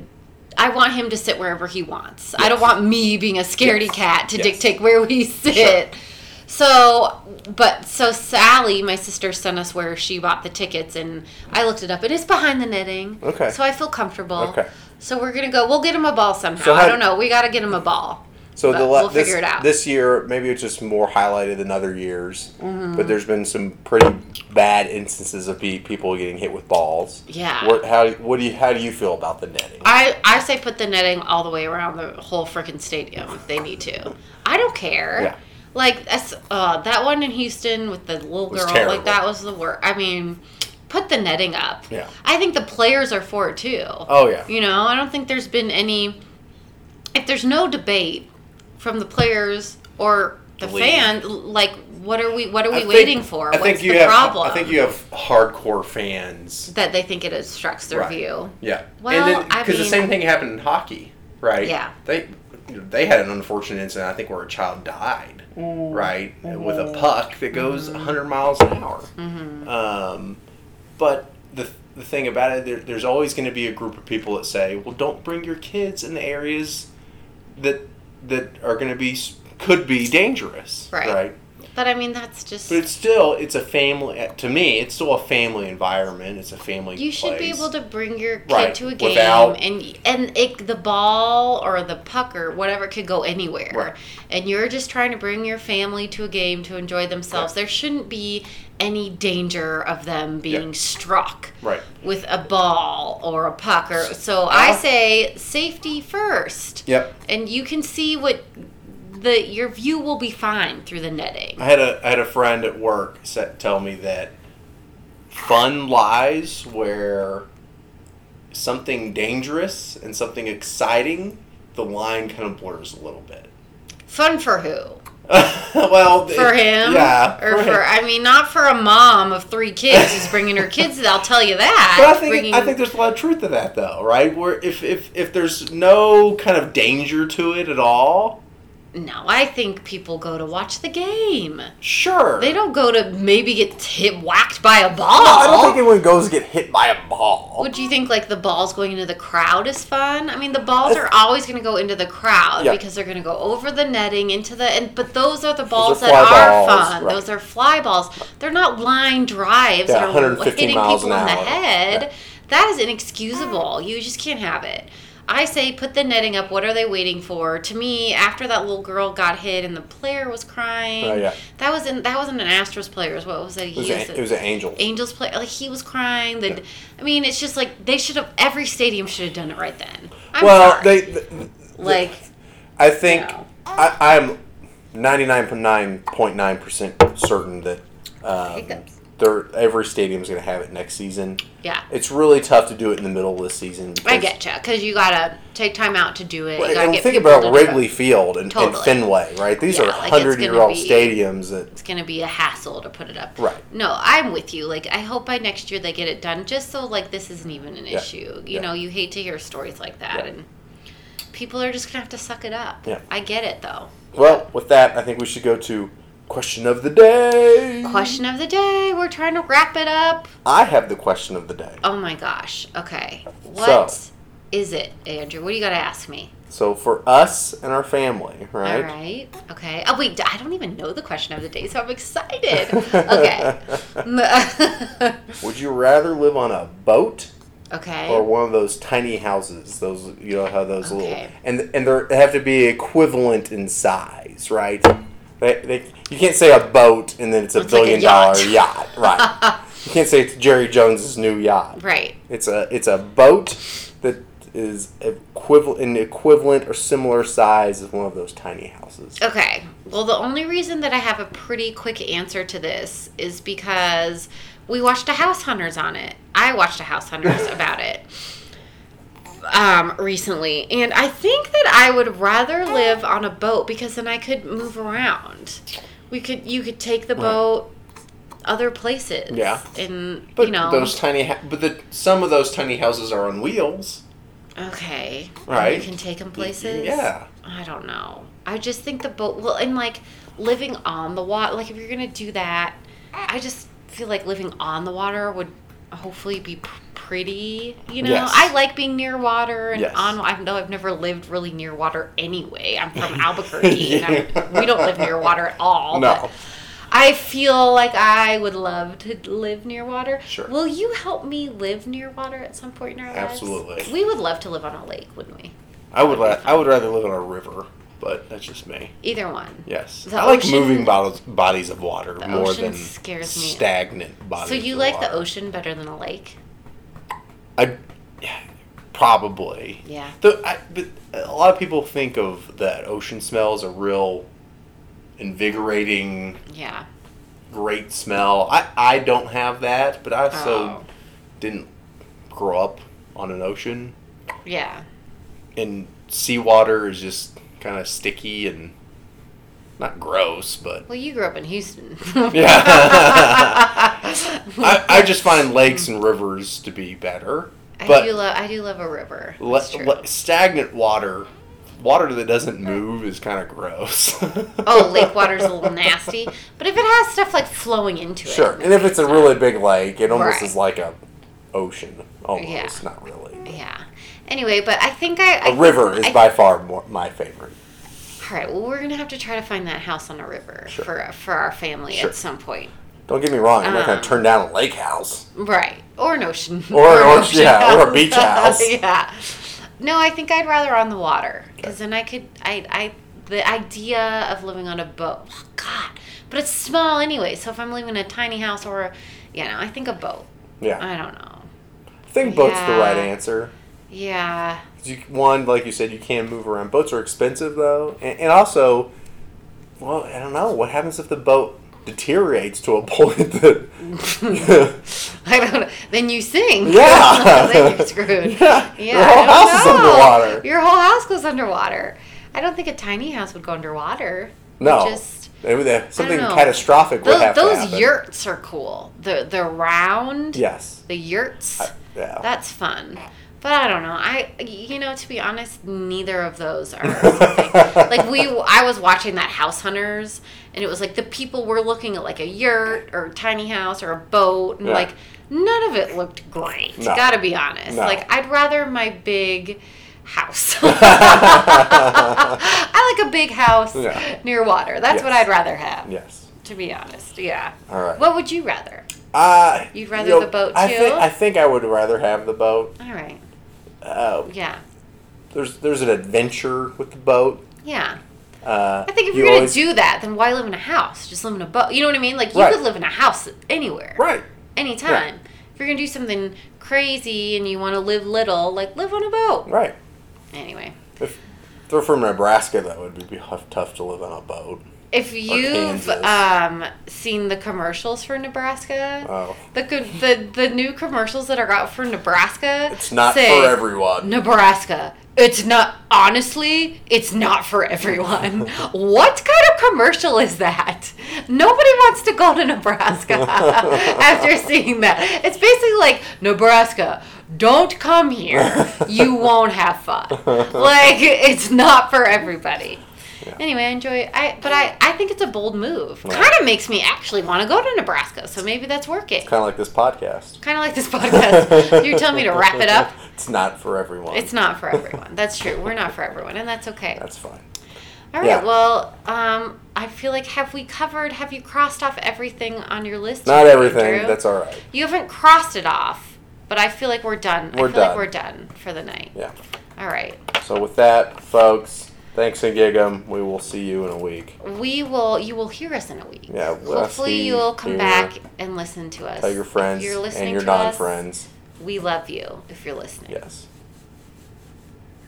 [SPEAKER 2] I want him to sit wherever he wants. I don't want me being a scaredy
[SPEAKER 1] Yes.
[SPEAKER 2] cat to
[SPEAKER 1] Yes.
[SPEAKER 2] dictate where we sit. So, but so Sally, my sister, sent us where she bought the tickets, and I looked it up. It is behind the knitting.
[SPEAKER 1] Okay.
[SPEAKER 2] So I feel comfortable.
[SPEAKER 1] Okay.
[SPEAKER 2] So we're gonna go. We'll get him a ball somehow.
[SPEAKER 1] So how-
[SPEAKER 2] I don't know. We gotta get him a ball.
[SPEAKER 1] So
[SPEAKER 2] But
[SPEAKER 1] the la-
[SPEAKER 2] we'll
[SPEAKER 1] this,
[SPEAKER 2] figure it out.
[SPEAKER 1] this year, maybe it's just more highlighted than other years,
[SPEAKER 2] Mm-hmm.
[SPEAKER 1] but there's been some pretty bad instances of pe- people getting hit with balls.
[SPEAKER 2] Yeah.
[SPEAKER 1] What, how, what do you, how do you feel about the netting?
[SPEAKER 2] I I say put the netting all the way around the whole freaking stadium if they need to. I don't care.
[SPEAKER 1] Yeah.
[SPEAKER 2] Like that's uh, that one in Houston with the little
[SPEAKER 1] Was
[SPEAKER 2] girl.
[SPEAKER 1] terrible.
[SPEAKER 2] Like that was the worst. I mean, put the netting up.
[SPEAKER 1] Yeah.
[SPEAKER 2] I think the players are for it too.
[SPEAKER 1] oh yeah.
[SPEAKER 2] You know, I don't think there's been any. If there's no debate from the players or the
[SPEAKER 1] League.
[SPEAKER 2] fan, like what are we? What are we
[SPEAKER 1] I think-
[SPEAKER 2] waiting for?
[SPEAKER 1] I
[SPEAKER 2] What's
[SPEAKER 1] think you
[SPEAKER 2] the
[SPEAKER 1] have,
[SPEAKER 2] problem?
[SPEAKER 1] I think you have hardcore fans.
[SPEAKER 2] that they think it obstructs their
[SPEAKER 1] Right.
[SPEAKER 2] view.
[SPEAKER 1] Yeah.
[SPEAKER 2] Well, I
[SPEAKER 1] because the
[SPEAKER 2] mean-
[SPEAKER 1] same thing happened in hockey, right?
[SPEAKER 2] Yeah.
[SPEAKER 1] They they had an unfortunate incident, I think, where a child died, right, with a puck that goes
[SPEAKER 2] Mm-hmm.
[SPEAKER 1] 100 miles an hour. Um, but the the thing about it, there, there's always going to be a group of people that say, "Well, don't bring your kids in the areas that that are going to be s- could be dangerous."
[SPEAKER 2] Right.
[SPEAKER 1] Right.
[SPEAKER 2] But I mean, that's just.
[SPEAKER 1] But it's still it's a family to me. It's still a family environment. It's a family.
[SPEAKER 2] You should be
[SPEAKER 1] place.
[SPEAKER 2] able to bring your kid
[SPEAKER 1] Right,
[SPEAKER 2] to a game
[SPEAKER 1] without-
[SPEAKER 2] and and it, the ball or the puck or whatever could go anywhere.
[SPEAKER 1] Right.
[SPEAKER 2] And you're just trying to bring your family to a game to enjoy themselves. There shouldn't be any danger of them being struck
[SPEAKER 1] Right.
[SPEAKER 2] with a ball or a puck or so I
[SPEAKER 1] Uh,
[SPEAKER 2] say safety first.
[SPEAKER 1] Yep.
[SPEAKER 2] And you can see what the
[SPEAKER 1] Uh-huh.
[SPEAKER 2] your view will be fine through the netting.
[SPEAKER 1] I had a I had a friend at work sa tell me that fun lies where something dangerous and something exciting, the line kind of blurs a little bit.
[SPEAKER 2] Fun for who?
[SPEAKER 1] well,
[SPEAKER 2] For
[SPEAKER 1] it-
[SPEAKER 2] him?
[SPEAKER 1] yeah,
[SPEAKER 2] Or
[SPEAKER 1] him.
[SPEAKER 2] for, I mean, not for a mom of three kids who's bringing her kids. I'll tell you that.
[SPEAKER 1] But I think
[SPEAKER 2] Bringing-
[SPEAKER 1] I think there's a lot of truth to that, though, right? Where if if if there's no kind of danger to it at all,
[SPEAKER 2] no, I think people go to watch the game.
[SPEAKER 1] sure.
[SPEAKER 2] They don't go to maybe get hit whacked by a ball.
[SPEAKER 1] No, I don't think anyone goes to get hit by a ball.
[SPEAKER 2] Would you think like the balls going into the crowd is fun? I mean, the balls are always going to go into the crowd
[SPEAKER 1] Yeah.
[SPEAKER 2] because they're going to go over the netting into the and but those are the balls
[SPEAKER 1] are
[SPEAKER 2] that
[SPEAKER 1] fly
[SPEAKER 2] are
[SPEAKER 1] balls,
[SPEAKER 2] fun.
[SPEAKER 1] right.
[SPEAKER 2] Those are fly balls. They're not line drives
[SPEAKER 1] Yeah,
[SPEAKER 2] that are
[SPEAKER 1] 150
[SPEAKER 2] hitting
[SPEAKER 1] miles
[SPEAKER 2] people
[SPEAKER 1] an
[SPEAKER 2] on the
[SPEAKER 1] hour.
[SPEAKER 2] head.
[SPEAKER 1] Yeah.
[SPEAKER 2] That is inexcusable. You just can't have it. I say put the netting up. What are they waiting for? To me, after that little girl got hit and the player was crying,
[SPEAKER 1] Oh, yeah.
[SPEAKER 2] that was in that wasn't an Astros player. It was What was it?
[SPEAKER 1] It was, an, it was an angel.
[SPEAKER 2] Angels play like he was crying. That I mean, it's just like they should have. Every stadium should have done it right then. I'm
[SPEAKER 1] well,
[SPEAKER 2] sorry.
[SPEAKER 1] they. th- th-
[SPEAKER 2] like
[SPEAKER 1] I think
[SPEAKER 2] No.
[SPEAKER 1] I, I'm 99.9.9 percent certain that um,
[SPEAKER 2] Hiccups.
[SPEAKER 1] they're, every stadium's going to have it next season.
[SPEAKER 2] yeah.
[SPEAKER 1] It's really tough to do it in the middle of the season.
[SPEAKER 2] I
[SPEAKER 1] because-
[SPEAKER 2] get you because you gotta take time out to do it. You gotta
[SPEAKER 1] And
[SPEAKER 2] get
[SPEAKER 1] think
[SPEAKER 2] people to
[SPEAKER 1] about
[SPEAKER 2] do it.
[SPEAKER 1] Wrigley Field and,
[SPEAKER 2] Totally.
[SPEAKER 1] and Fenway, right? These
[SPEAKER 2] Yeah,
[SPEAKER 1] are
[SPEAKER 2] like, it's
[SPEAKER 1] hundred-year-old
[SPEAKER 2] gonna be-
[SPEAKER 1] stadiums that
[SPEAKER 2] It's gonna be a hassle to put it up.
[SPEAKER 1] Right.
[SPEAKER 2] No, I'm with you. Like I hope by next year they get it done, just so like this isn't even an
[SPEAKER 1] Yeah.
[SPEAKER 2] issue. You
[SPEAKER 1] Yeah.
[SPEAKER 2] know, you hate to hear stories like that,
[SPEAKER 1] Yeah.
[SPEAKER 2] and people are just gonna have to suck it up.
[SPEAKER 1] Yeah.
[SPEAKER 2] I get it though.
[SPEAKER 1] Well, with that, I think we should go to question of the day.
[SPEAKER 2] Question of the day. We're trying to wrap it up.
[SPEAKER 1] I have the question of the day.
[SPEAKER 2] Oh my gosh. Okay. What is
[SPEAKER 1] So-
[SPEAKER 2] it, Andrew? What do you got to ask me?
[SPEAKER 1] So for us and our family, right?
[SPEAKER 2] All right. Okay. Oh, wait. I don't even know the question of the day, so I'm excited. Okay. M-
[SPEAKER 1] Would you rather live on a boat or
[SPEAKER 2] okay.
[SPEAKER 1] one of those tiny houses? Those you know how those little
[SPEAKER 2] Okay.
[SPEAKER 1] and and they're- they have to be equivalent in size, right? They, they, you can't say a boat and then it's a
[SPEAKER 2] It's like a
[SPEAKER 1] billion dollar yacht,
[SPEAKER 2] yacht.
[SPEAKER 1] right? you can't say it's Jerry Jones's new yacht.
[SPEAKER 2] Right.
[SPEAKER 1] It's a it's a boat that is equivalent an equivalent or similar size as one of those tiny houses.
[SPEAKER 2] Okay. Well, the only reason that I have a pretty quick answer to this is because we watched a House Hunters on it. I watched a House Hunters about it um, recently, and I think that I would rather live on a boat because then I could move around. We could, you could take the boat other places.
[SPEAKER 1] Yeah.
[SPEAKER 2] And
[SPEAKER 1] But
[SPEAKER 2] you know,
[SPEAKER 1] those tiny ha- but the, some of those tiny houses are on wheels.
[SPEAKER 2] Okay. And
[SPEAKER 1] Right.
[SPEAKER 2] You can take them places.
[SPEAKER 1] yeah.
[SPEAKER 2] I don't know. I just think the boat. Well, and like living on the water. Like if you're gonna do that, I just feel like living on the water would hopefully be p- pretty. You know,
[SPEAKER 1] Yes.
[SPEAKER 2] I like being near water and
[SPEAKER 1] Yes.
[SPEAKER 2] on. I know I've never lived really near water anyway. I'm from Albuquerque. and I'm, we don't live near water at all.
[SPEAKER 1] No.
[SPEAKER 2] but I feel like I would love to live near water.
[SPEAKER 1] Sure.
[SPEAKER 2] Will you help me live near water at some point in our lives?
[SPEAKER 1] Absolutely.
[SPEAKER 2] We would love to live on a lake, wouldn't we?
[SPEAKER 1] I would la- I would rather live on a river, but that's just me.
[SPEAKER 2] Either one.
[SPEAKER 1] Yes.
[SPEAKER 2] The
[SPEAKER 1] I like
[SPEAKER 2] ocean-
[SPEAKER 1] moving bottles, bodies of water more
[SPEAKER 2] ocean
[SPEAKER 1] than
[SPEAKER 2] scares me.
[SPEAKER 1] stagnant bodies.
[SPEAKER 2] So you
[SPEAKER 1] of
[SPEAKER 2] like the
[SPEAKER 1] water.
[SPEAKER 2] ocean better than a lake?
[SPEAKER 1] I yeah, probably.
[SPEAKER 2] Yeah.
[SPEAKER 1] The, I, but a lot of people think of that ocean smell as a real invigorating,
[SPEAKER 2] Yeah.
[SPEAKER 1] great smell. I, I don't have that, but I also
[SPEAKER 2] Oh.
[SPEAKER 1] didn't grow up on an ocean.
[SPEAKER 2] Yeah.
[SPEAKER 1] And seawater is just kind of sticky and not gross, but.
[SPEAKER 2] Well, you grew up in Houston.
[SPEAKER 1] Yeah. I, I just find lakes and rivers to be better.
[SPEAKER 2] I
[SPEAKER 1] But
[SPEAKER 2] do love. I do love a river.
[SPEAKER 1] Le-
[SPEAKER 2] That's true.
[SPEAKER 1] le- stagnant water, water that doesn't move is kind of gross.
[SPEAKER 2] oh, lake water's a little nasty, but if it has stuff like flowing into it,
[SPEAKER 1] Sure, and if it's a really big lake, it almost
[SPEAKER 2] Right.
[SPEAKER 1] is like a ocean. Almost,
[SPEAKER 2] Yeah.
[SPEAKER 1] not really.
[SPEAKER 2] yeah. Anyway, but I think I. I
[SPEAKER 1] A river is
[SPEAKER 2] I-
[SPEAKER 1] by far more my favorite.
[SPEAKER 2] All right. Well, we're gonna have to try to find that house on a river
[SPEAKER 1] Sure.
[SPEAKER 2] for for our family
[SPEAKER 1] Sure.
[SPEAKER 2] at some point.
[SPEAKER 1] Don't get me wrong; I'm not going
[SPEAKER 2] Um,
[SPEAKER 1] to turn down a lake house.
[SPEAKER 2] Right. Or an ocean.
[SPEAKER 1] Or- or- yeah, or a beach house.
[SPEAKER 2] yeah. No, I think I'd rather on the water because then I could. I I the idea of living on a boat. Oh, God, but it's small anyway. So if I'm living in a tiny house or, you know, I think a boat.
[SPEAKER 1] Yeah,
[SPEAKER 2] I don't know.
[SPEAKER 1] I think boat's the right
[SPEAKER 2] yeah.
[SPEAKER 1] answer.
[SPEAKER 2] Yeah.
[SPEAKER 1] 'Cause You, one, like you said, you can move around. Boats are expensive though, and, and also, well, I don't know what happens if the boat deteriorates to a point that
[SPEAKER 2] I don't. know. Then you sing.
[SPEAKER 1] Yeah.
[SPEAKER 2] then you're screwed.
[SPEAKER 1] Yeah.
[SPEAKER 2] Yeah,
[SPEAKER 1] Your
[SPEAKER 2] I
[SPEAKER 1] whole
[SPEAKER 2] don't
[SPEAKER 1] house is
[SPEAKER 2] know.
[SPEAKER 1] underwater.
[SPEAKER 2] Your whole house goes underwater. I don't think a tiny house would go underwater.
[SPEAKER 1] no,
[SPEAKER 2] Just
[SPEAKER 1] Maybe that- something
[SPEAKER 2] know.
[SPEAKER 1] catastrophic would
[SPEAKER 2] Tho-
[SPEAKER 1] have to
[SPEAKER 2] those
[SPEAKER 1] happen.
[SPEAKER 2] yurts are cool. The the round.
[SPEAKER 1] Yes.
[SPEAKER 2] The yurts.
[SPEAKER 1] I- oh. yeah.
[SPEAKER 2] That's fun. But I don't know. I you know to be honest, neither of those are something. like we I was watching that House Hunters and it was like the people were looking at like a yurt or a tiny house or a boat and
[SPEAKER 1] Yeah.
[SPEAKER 2] like none of it looked great.
[SPEAKER 1] No.
[SPEAKER 2] Got to be honest.
[SPEAKER 1] No.
[SPEAKER 2] Like I'd rather my big house. I like a big house
[SPEAKER 1] Yeah.
[SPEAKER 2] near water. That's what
[SPEAKER 1] Yes.
[SPEAKER 2] I'd rather have.
[SPEAKER 1] yes.
[SPEAKER 2] To be honest. Yeah.
[SPEAKER 1] All right.
[SPEAKER 2] What would you rather?
[SPEAKER 1] Uh,
[SPEAKER 2] You'd rather the boat,
[SPEAKER 1] I
[SPEAKER 2] too?
[SPEAKER 1] think, I think I would rather have the boat.
[SPEAKER 2] All right.
[SPEAKER 1] Uh,
[SPEAKER 2] Yeah.
[SPEAKER 1] there's there's an adventure with the boat.
[SPEAKER 2] Yeah.
[SPEAKER 1] Uh,
[SPEAKER 2] I think if
[SPEAKER 1] you
[SPEAKER 2] you are
[SPEAKER 1] always-
[SPEAKER 2] gonna do that, then why live in a house? Just live in a boat. You know what I mean? Like you
[SPEAKER 1] Right.
[SPEAKER 2] could live in a house anywhere,
[SPEAKER 1] right,
[SPEAKER 2] anytime. If you're gonna do something crazy and you want to live little, like live on a boat.
[SPEAKER 1] right.
[SPEAKER 2] Anyway,
[SPEAKER 1] If they're from Nebraska, that would be tough, tough to live on a boat.
[SPEAKER 2] if you've
[SPEAKER 1] Kansas.
[SPEAKER 2] um, seen the commercials for Nebraska,
[SPEAKER 1] Oh,
[SPEAKER 2] the, co- the the new commercials that are out for Nebraska,
[SPEAKER 1] it's not
[SPEAKER 2] say,
[SPEAKER 1] for everyone.
[SPEAKER 2] Nebraska. It's not honestly, it's not for everyone. what kind of commercial is that? Nobody wants to go to Nebraska after seeing that. It's basically like Nebraska, don't come here. You won't have fun. Like it's not for everybody. Anyway, I enjoy I but I I think it's a bold move.
[SPEAKER 1] Right.
[SPEAKER 2] Kind of makes me actually want to go to Nebraska, so maybe that's working.
[SPEAKER 1] Kind of like this podcast.
[SPEAKER 2] Kind of like this podcast. You're telling me to wrap it up?
[SPEAKER 1] It's not for everyone.
[SPEAKER 2] It's not for everyone. That's true. We're not for everyone, and that's okay.
[SPEAKER 1] That's fine.
[SPEAKER 2] All right.
[SPEAKER 1] yeah.
[SPEAKER 2] Well, um, I feel like have we covered? Have you crossed off everything on your list?
[SPEAKER 1] Not everything.
[SPEAKER 2] Andrew?
[SPEAKER 1] That's all right.
[SPEAKER 2] You haven't crossed it off, but I feel like we're done. I
[SPEAKER 1] We're
[SPEAKER 2] feel
[SPEAKER 1] done.
[SPEAKER 2] like we're done for the night.
[SPEAKER 1] Yeah.
[SPEAKER 2] All right.
[SPEAKER 1] So with that, folks, thanks and gig'em. We will see you in a week.
[SPEAKER 2] We will. You will hear us in a week.
[SPEAKER 1] Yeah, we'll
[SPEAKER 2] Hopefully,
[SPEAKER 1] see,
[SPEAKER 2] you'll come
[SPEAKER 1] hear,
[SPEAKER 2] back and listen to us.
[SPEAKER 1] Tell your
[SPEAKER 2] If
[SPEAKER 1] friends
[SPEAKER 2] you're listening
[SPEAKER 1] and your
[SPEAKER 2] to us,
[SPEAKER 1] non-friends.
[SPEAKER 2] We love you if you're listening.
[SPEAKER 1] Yes.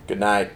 [SPEAKER 1] Good night.